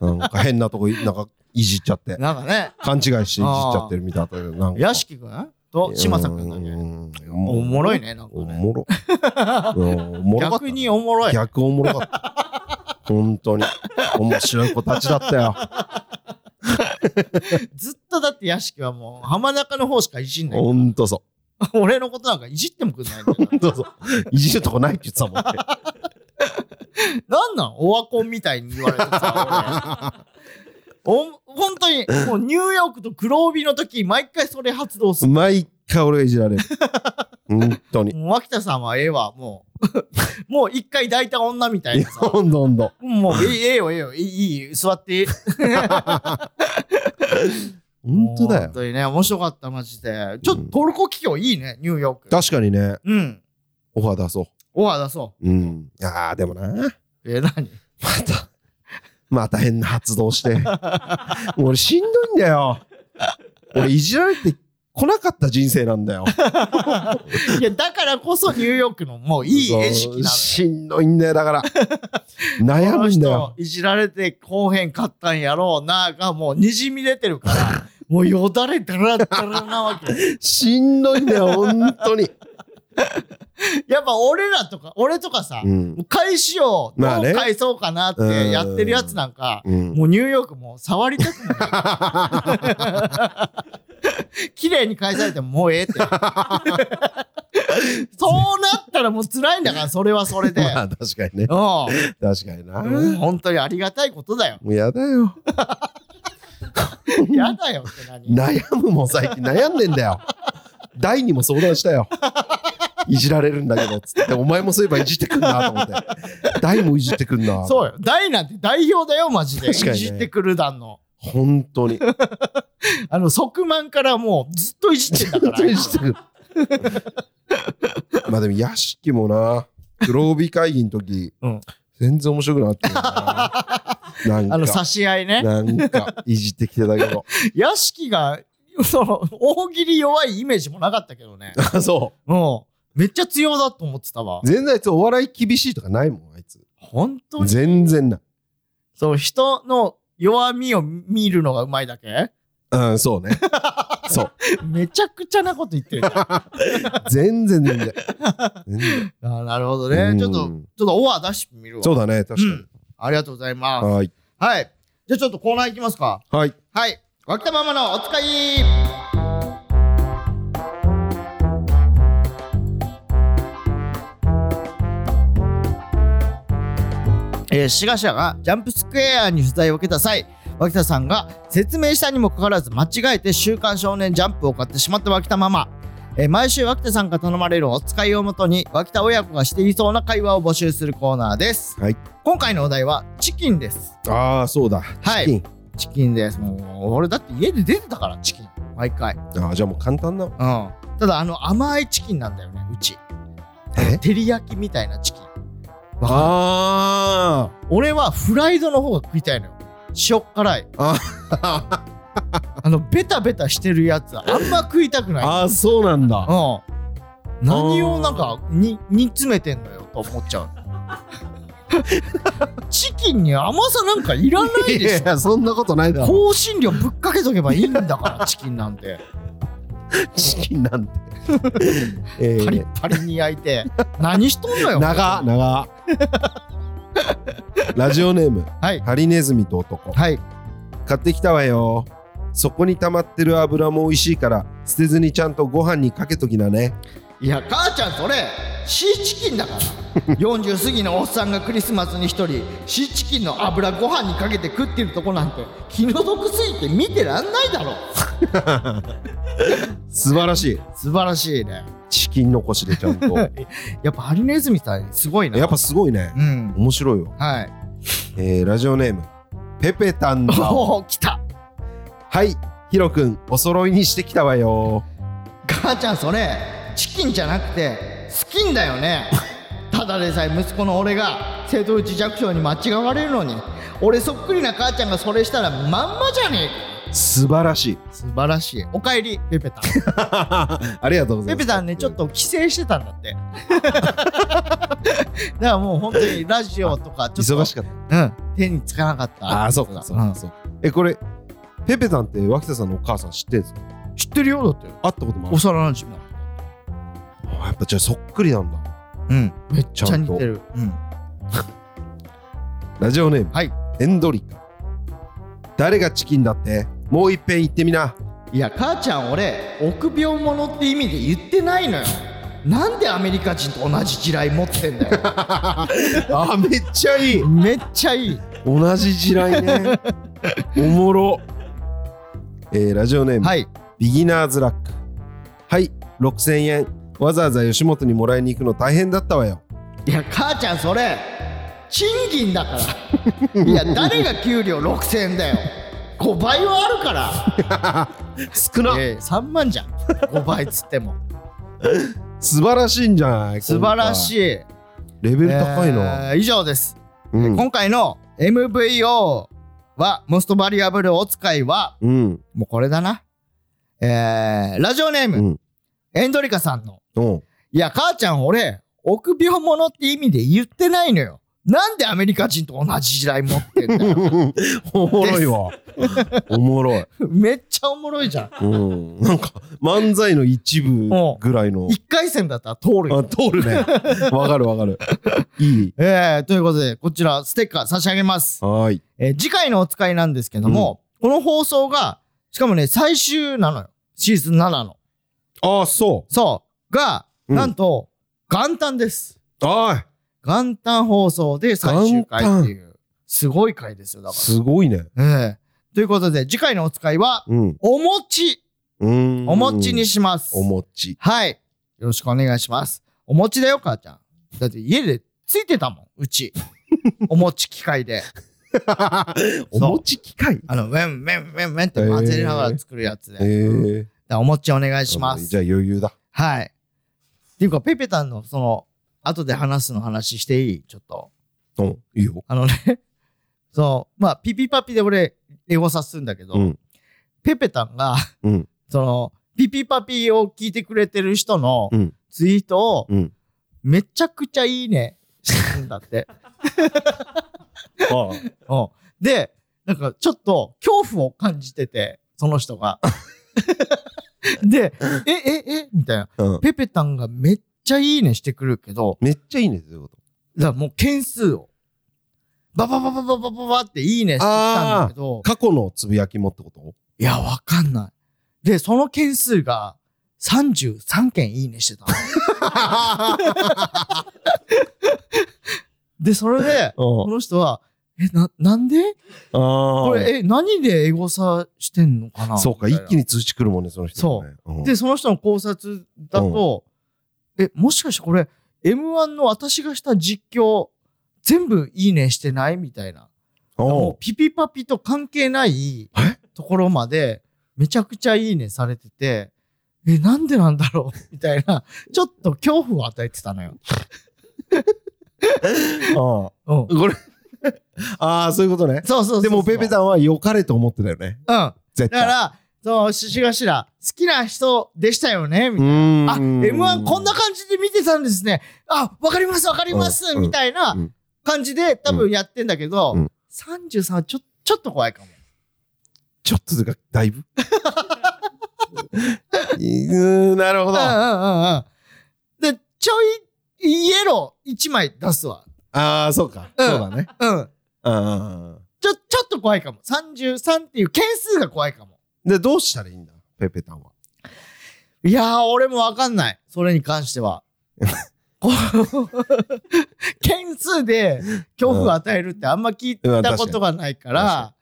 S2: なんか変なとこい、なんかいじっちゃって。
S1: なんかね、
S2: 勘違いしていじっちゃってるみたいだったけど、なんか。
S1: 屋敷くんと島佐くんだ
S2: う
S1: け。
S2: ん
S1: おもろい。ね、なんか
S2: お
S1: ね。
S2: もろ。うんおもろかった
S1: 逆。におもろい。
S2: 逆おもろかった。本当に。面白い子たちだったよ。
S1: ずっとだって屋敷はもう浜中の方しかいじんないか
S2: ほんとそ
S1: ら。 俺のことなんかいじってもくんないんだよ
S2: う。ほんとそう。いじるとこないって言ってたもんね。
S1: なんなんオワコンみたいに言われてさ、 俺。お本当に、もうニューヨークと黒帯の時、毎回それ発動する。
S2: 毎回俺がいじられる。本当 に。
S1: もう脇田さんはええわ、もう。 もう一回抱いた女みたい
S2: い
S1: な
S2: や
S1: さ。
S2: ほんとほんと。
S1: もうええええよ、ええよ、いいいい、座っていい。
S2: 本当
S1: もう
S2: だよ
S1: 本。当にね、面白かった、マジで。ちょっとトルコ企業いいね、ニューヨーク。
S2: 確かにね、
S1: うん。
S2: オファー出そ。
S1: オファー出そう
S2: うん。ああ、でもな。
S1: う。え、何
S2: また、また変な発動 して。もう俺しんどいんだよ。俺いじられて来なかった人生なんだよ。
S1: いや、だからこそニューヨークのもういい景色なのよ。
S2: しんどいんだよ、だから。
S1: こ
S2: 悩
S1: の
S2: むんだ
S1: 人
S2: よ。
S1: いじられて後編勝ったんやろうながもうにじみ出てる から、もうよだれだらだらなわけ。
S2: しんどいんだよ、本当に。
S1: やっぱ俺らとか、俺とかさ、
S2: うん
S1: もう返しをど
S2: まあ
S1: う
S2: ね
S1: 返そうかなってやってるやつなんか、
S2: うん。
S1: もうニューヨークもう触りたく ない。綺麗に返されてももうええって。そうなったらもう辛いんだから、それはそれで。
S2: まあ確かに
S1: う
S2: ね。
S1: ん。
S2: 確かにな。
S1: うん
S2: も
S1: 本当にありがたいことだよ。
S2: うやだよ。
S1: やだよって何
S2: 悩むもん最近悩んでんだよ。大にも相談し たよ。いじられるんだけど、つって。お前もそういえばいじってくんなと思って。大もいじってくんな。
S1: そうよ。大なんて代表だよ、マジで。い
S2: 確かにね
S1: じってくる団の。
S2: 本当 に。
S1: あの、側面からもうずっといじってんだか
S2: 本当にい
S1: ら。
S2: じってくる。まあでも、屋敷もな、黒帯会議の時、
S1: うん
S2: 全然面白くなかったよ な。な
S1: あ
S2: ん
S1: の、
S2: か、
S1: 差し合いね。
S2: なんか、いじってきてた けど。
S1: 屋敷が、その、大喜利弱いイメージもなかったけ どね。
S2: あそう。
S1: もう、めっちゃ強だと思ってたわ。
S2: 全然あいつお笑い厳しいとかないもん、あいつ。
S1: 本当に。
S2: 全然ない。
S1: そう、人の弱みを見るのがうまいだけ
S2: うん、そうね。そう。
S1: めちゃくちゃなこと言ってるじゃん。
S2: 全然全然。全然
S1: あーなるほど
S2: う
S1: ね。
S2: ん
S1: ちょっと、ちょっとオア出してみるわ。
S2: そうだね、確かに。
S1: ありがとうございます。
S2: はい。
S1: はい。じゃあちょっとコーナー行きますか。
S2: はい。
S1: はい。脇田ママのお使いえー、志賀社がジャンプスクエアに取材を受けた際、脇田さんが説明したにもかかわらず間違えて週刊少年ジャンプを買ってしまった脇田ママ。えー毎週脇田さんが頼まれるお使いをもとに脇田親子がしていそうな会話を募集するコーナーです。
S2: はい
S1: 今回のお題はチキンです。
S2: ああ、そうだ。
S1: はい
S2: チキン。
S1: チキンです。もう、俺だって家で出てたから、チキン。毎回。
S2: ああ、じゃあもう簡単な。
S1: うん。ただ、あの、甘いチキンなんだよね、うち。
S2: え
S1: 照り焼きみたいなチキン。わかる
S2: あ
S1: 俺はフライドの方が食いたいのよ。塩っ辛い。
S2: あ
S1: あの、ベタベタしてるやつ、あんま食いたくない。
S2: ああ、そうなんだ。
S1: うん。何をなんかに煮詰めてんのよと思っ ちゃう。チキンに甘さなんかいらないでし
S2: いや、そんなことないだ
S1: ょ。
S2: ろ。
S1: 香辛料ぶっかけとけばいいんだから、チキンなんて。
S2: チキンなんて。 え
S1: パリ
S2: ー
S1: ッパリに焼い て。何しとんのよ。
S2: 長、長。ラジオネーム、
S1: はい。
S2: ハリネズミと男。
S1: はい。
S2: 買ってきたわよ。そこに溜まってる油も美味しいから、捨てずにちゃんとご飯にかけときなね。
S1: いや、母ちゃん、それ、シーチキンだから。40過ぎ のおっさんがクリスマスに一人、シーチキンの油ご飯にかけて食ってるとこなんて、気の毒すぎて見てらんないだろ。
S2: 素晴らしい。
S1: 素晴らしいね。
S2: チキン残しでちゃんと。
S1: やっぱハリネズミさんすごいな。
S2: やっぱすごいね。
S1: うん。
S2: 面白いよ。
S1: はい。
S2: えーラジオネーム、ペペタンだ。
S1: おお、来た。
S2: はい、ヒロくん、お揃いにしてきたわよ。
S1: 母ちゃん、それ、チキンじゃなくて、スキンだよね。ただでさえ息子の俺が性同一弱症に間違われるのに、俺そっくりな母ちゃんがそれしたらまんまじゃねえか。
S2: 素晴らしい。
S1: 素晴らしい。おかえり、ペペタン。
S2: ありがとうござ
S1: ペ
S2: いま
S1: ペ
S2: す。
S1: タンね、ちょっと帰省してたんだ って。だからもう本当にラジオとか、ちょっと、
S2: 忙しかった。
S1: うん、手につかなかった。
S2: ああー、そうか、そうか、
S1: ん
S2: そうか。え、これ、ペペタンって脇田さんのお母さん知ってんすか
S1: 知ってるよ、だって。
S2: 会ったこともある
S1: お皿の自分。
S2: あやっぱじゃあそっくりなんだ。
S1: うん。めっ
S2: ちゃんと
S1: 似てる。うん。
S2: ラジオネーム、
S1: はい
S2: エンドリカ。誰がチキンだってもう一遍言ってみな。
S1: いや母ちゃん俺臆病者って意味で言ってないのよなんでアメリカ人と同じ地雷持ってんだよ
S2: あ、 めっちゃいい。
S1: めっちゃいい
S2: 同じ地雷 ね。おもろ。えーラジオネーム、
S1: はい
S2: ビギナーズラック。はい、6000円。わざわざ吉本にもらいに行くの大変だったわよ。
S1: いや母ちゃんそれ賃金だから いや誰が給料6000円だよ5倍はあるから
S2: 少な、
S1: ええ3万じゃん5倍っつって も
S2: 素晴らしいんじゃない
S1: 素晴らし
S2: い。
S1: いレ
S2: レベル高いな。
S1: 以上です、
S2: うん。
S1: 今回の MVO はモストバリアブルお使いは
S2: うん。
S1: もうこれだな。えー、ラジオネーム、
S2: うん
S1: エンドリカさんの。
S2: うん。
S1: いや、母ちゃん俺、臆病者って意味で言ってないのよ。なんでアメリカ人と同じ地雷持ってんだ よ。
S2: おもろいわ。おもろい。
S1: めっちゃおもろいじゃん。
S2: うん。なんか、漫才の一部ぐらいの。
S1: 一回戦だったら通るよ
S2: あ。通るね。わかるわかる。いい。
S1: えー、ということで、こちら、ステッカー差し上げます。
S2: はーい。
S1: えー次回のお使いなんですけども、この放送が、しかもね、最終なのよ。シーズン7の。
S2: ああ、そ
S1: そう。が、
S2: うん
S1: なんと、元旦です。
S2: う。あ
S1: 元旦放送で最終回っていう、すごい回ですよ、だ
S2: あ、
S1: か
S2: すごいね。
S1: ら。ええということで、次回のお使いは、
S2: うん。
S1: お餅
S2: うん。
S1: お餅にします。
S2: お餅。
S1: はい。よろしくお願いします。お餅だよ、母ちゃん。だって家でついてたもん、う ち。お餅機械で。
S2: お餅機械
S1: あの、ウェンウェンウェンウェンって混ぜながら作るやつで。
S2: ええ
S1: だか
S2: ー。
S1: らお餅お願いしま
S2: じ
S1: す。
S2: ゃあ余裕だ。
S1: はい。っていうか、ペペタンの、その、後で話すの話していいちょっと。
S2: うん、いいよ。
S1: あのね、 そう、まあ、ピピパピで俺、エゴサするんだけど、
S2: うん。
S1: ペペタンが、
S2: うん。
S1: その、ピピパピを聞いてくれてる人の
S2: うん
S1: ツイートを、
S2: うん。
S1: めちゃくちゃいいね、してるんだって。
S2: あ
S1: うんで、なんかちょっと恐怖を感じてて、その人が。で、え、え、え、みたいな。
S2: あ。うん。
S1: ペペタンがめっちゃいいねしてくるけど、
S2: めっちゃいいねってこと。
S1: だからもう件数を、ババババババババっていいねしてきたんだけど、
S2: 過去のつぶやきもってこと
S1: いや、わかんない。で、その件数が33件いいねしてたの。で、それで、こ
S2: う
S1: の人は、え、な、なんで
S2: ん。ああ。
S1: これ、え、何でエゴサしてんのかな
S2: そうか、一気
S1: に。
S2: に通知来るもんね、その人、ね。そう。ん、
S1: で、その人の考察だと、え、もしかしてこれ、M1 の私がした実況、全部いいねしてないみたいなもう
S2: お
S1: ピピパピと関係ない
S2: え
S1: ところまで、めちゃくちゃいいねされてて、え、なんでなんだろうみたいな、ちょっと恐怖を与えてたのよ。
S2: お
S1: うん。
S2: これ ああそういうことね
S1: そうそうそうそう
S2: でもペペ
S1: ん。
S2: さんは良かれと思ってたよね
S1: うん。だ
S2: 絶対
S1: から、そう、ししがしら、好きな人でしたよねみたいな。
S2: ーん
S1: あ、M1 こんな感じで見てたんですね。あ、わかりますわかります、
S2: うん
S1: みたいな
S2: うん
S1: 感じで多分やってんだけど、
S2: うん
S1: 33はちょ、ちょっと怖いかも。
S2: ちょっとというかだいぶうーんなるほ
S1: うん
S2: どあ
S1: うんうんうん。で、ちょい、イエロー1枚出すわ。
S2: あそうか
S1: うん
S2: そうだね
S1: うん。
S2: あ
S1: ちょ、ちょっと怖いかも。33っていう件数が怖いかも。
S2: あでどうしたらいいんだペペタンはい
S1: やー、俺もわかんない。それに関して は。こう件数で恐怖を与えるってあんま聞いたことがないから、
S2: うん確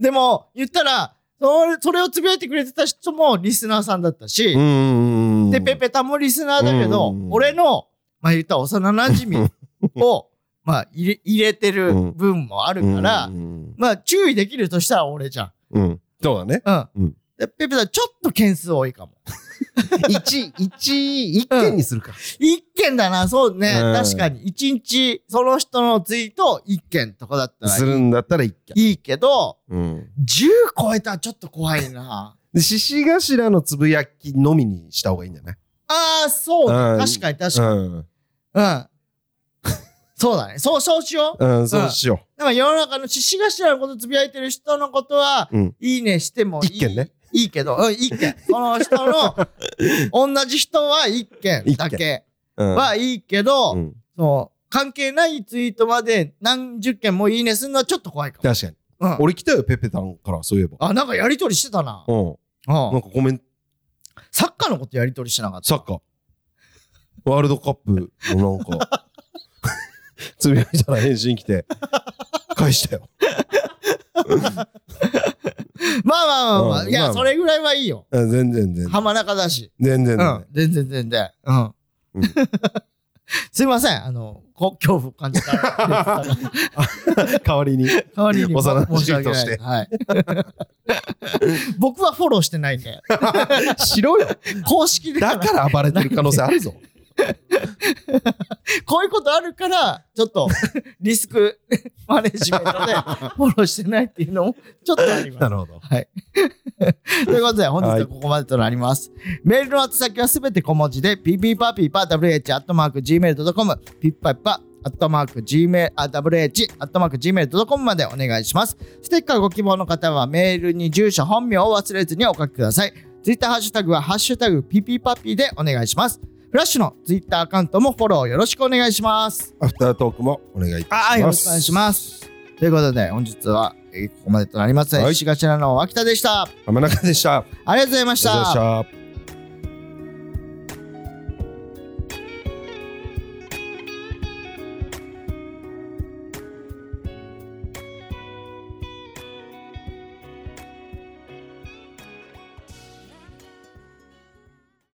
S1: でも、言ったら、それそれをつぶやいてくれてた人もリスナーさんだったし、
S2: ん
S1: で、ペペタもリスナーだけど、
S2: うん
S1: 俺の、まあ言ったら幼馴染を、 まあ入れ入れてる分もあるから、
S2: うん
S1: まあ注意できるとしたら俺じゃん。
S2: うんそうだね
S1: うん。
S2: うん
S1: でペペさん、ちょっと件数多いかも。
S2: 一一一件にするか
S1: 一件だな、そうね。
S2: うん
S1: 確かに。一日、その人のツイート一件とかだったら
S2: するんだったら一件
S1: いいけど、
S2: うん
S1: 10超えたらちょっと怖い な。
S2: で獅子頭のつぶやきのみにした方がいいんじゃない
S1: ああ、そうだ。
S2: うん
S1: 確かに確かに。うん。 そうだね。そう、そうしよう。
S2: うんうんそうしよ
S1: なんか世の中の獅子頭のことつぶやいてる人のことは、
S2: うん
S1: いいねしてもいい。
S2: 一件ね。
S1: いいけど、うん、一件。その人 の、同じ人は一件
S2: 一件
S1: だけ
S2: ううん
S1: はいいけど、
S2: うん
S1: そう、関係ないツイートまで何十件もいいねするのはちょっと怖いかも。
S2: 確かに
S1: うん
S2: 俺来たよペペタンからそういえば
S1: あ、なんかやりとりしてたな。う
S2: うんなん
S1: ん。
S2: かコメント
S1: サッカーのことやりとりしてなかった。
S2: サッカーワールドカップのなんか つぶやいたら返信来て返したよ
S1: まあまあまあまあ、
S2: うん
S1: いや、
S2: まあまあ
S1: それぐらいはいいよ。
S2: うん全然全然
S1: 浜中だし。
S2: 全然全
S1: うん全
S2: 然。
S1: 然全然。うん
S2: うん。
S1: すいません。あの、こ恐怖を感じた ら。
S2: 代わりに
S1: 代わりに
S2: 幼馴染
S1: 申し訳
S2: と
S1: な
S2: し
S1: い
S2: て
S1: はい。 僕はフォローしてないんで。
S2: しろよ
S1: 公式で
S2: だから暴れてる可能性ある ぞ
S1: こういうことあるから、ちょっと リスクマネジメン トでフォローしてないっていうのもちょっとあります。
S2: るほど
S1: はい。 ということで、本日はここまでとなります。メールの宛先はすべて小文字で、p p p a p p a w h g m a i l c o m ピッパッパアットマーク Gmail、あ、WH、アットマーク Gmail.com までお願いします。ステッカーご希望の方はメールに住所、本名を忘れずにお書きください。ツイッターハッシュタグは、ハッシュタグ、ピピパピでお願いします。フラッシュのツイッターアカウントもフォローよろしくお願いします。
S2: アフタートークもお願いいたします
S1: あーよろしくお願いします。ということで、本日は、えーここまでとなります。
S2: はい
S1: 石頭の脇田でした。
S2: 浜中でしたあり
S1: ありがとうございま
S2: が
S1: し
S2: とうございま
S1: た
S2: し。た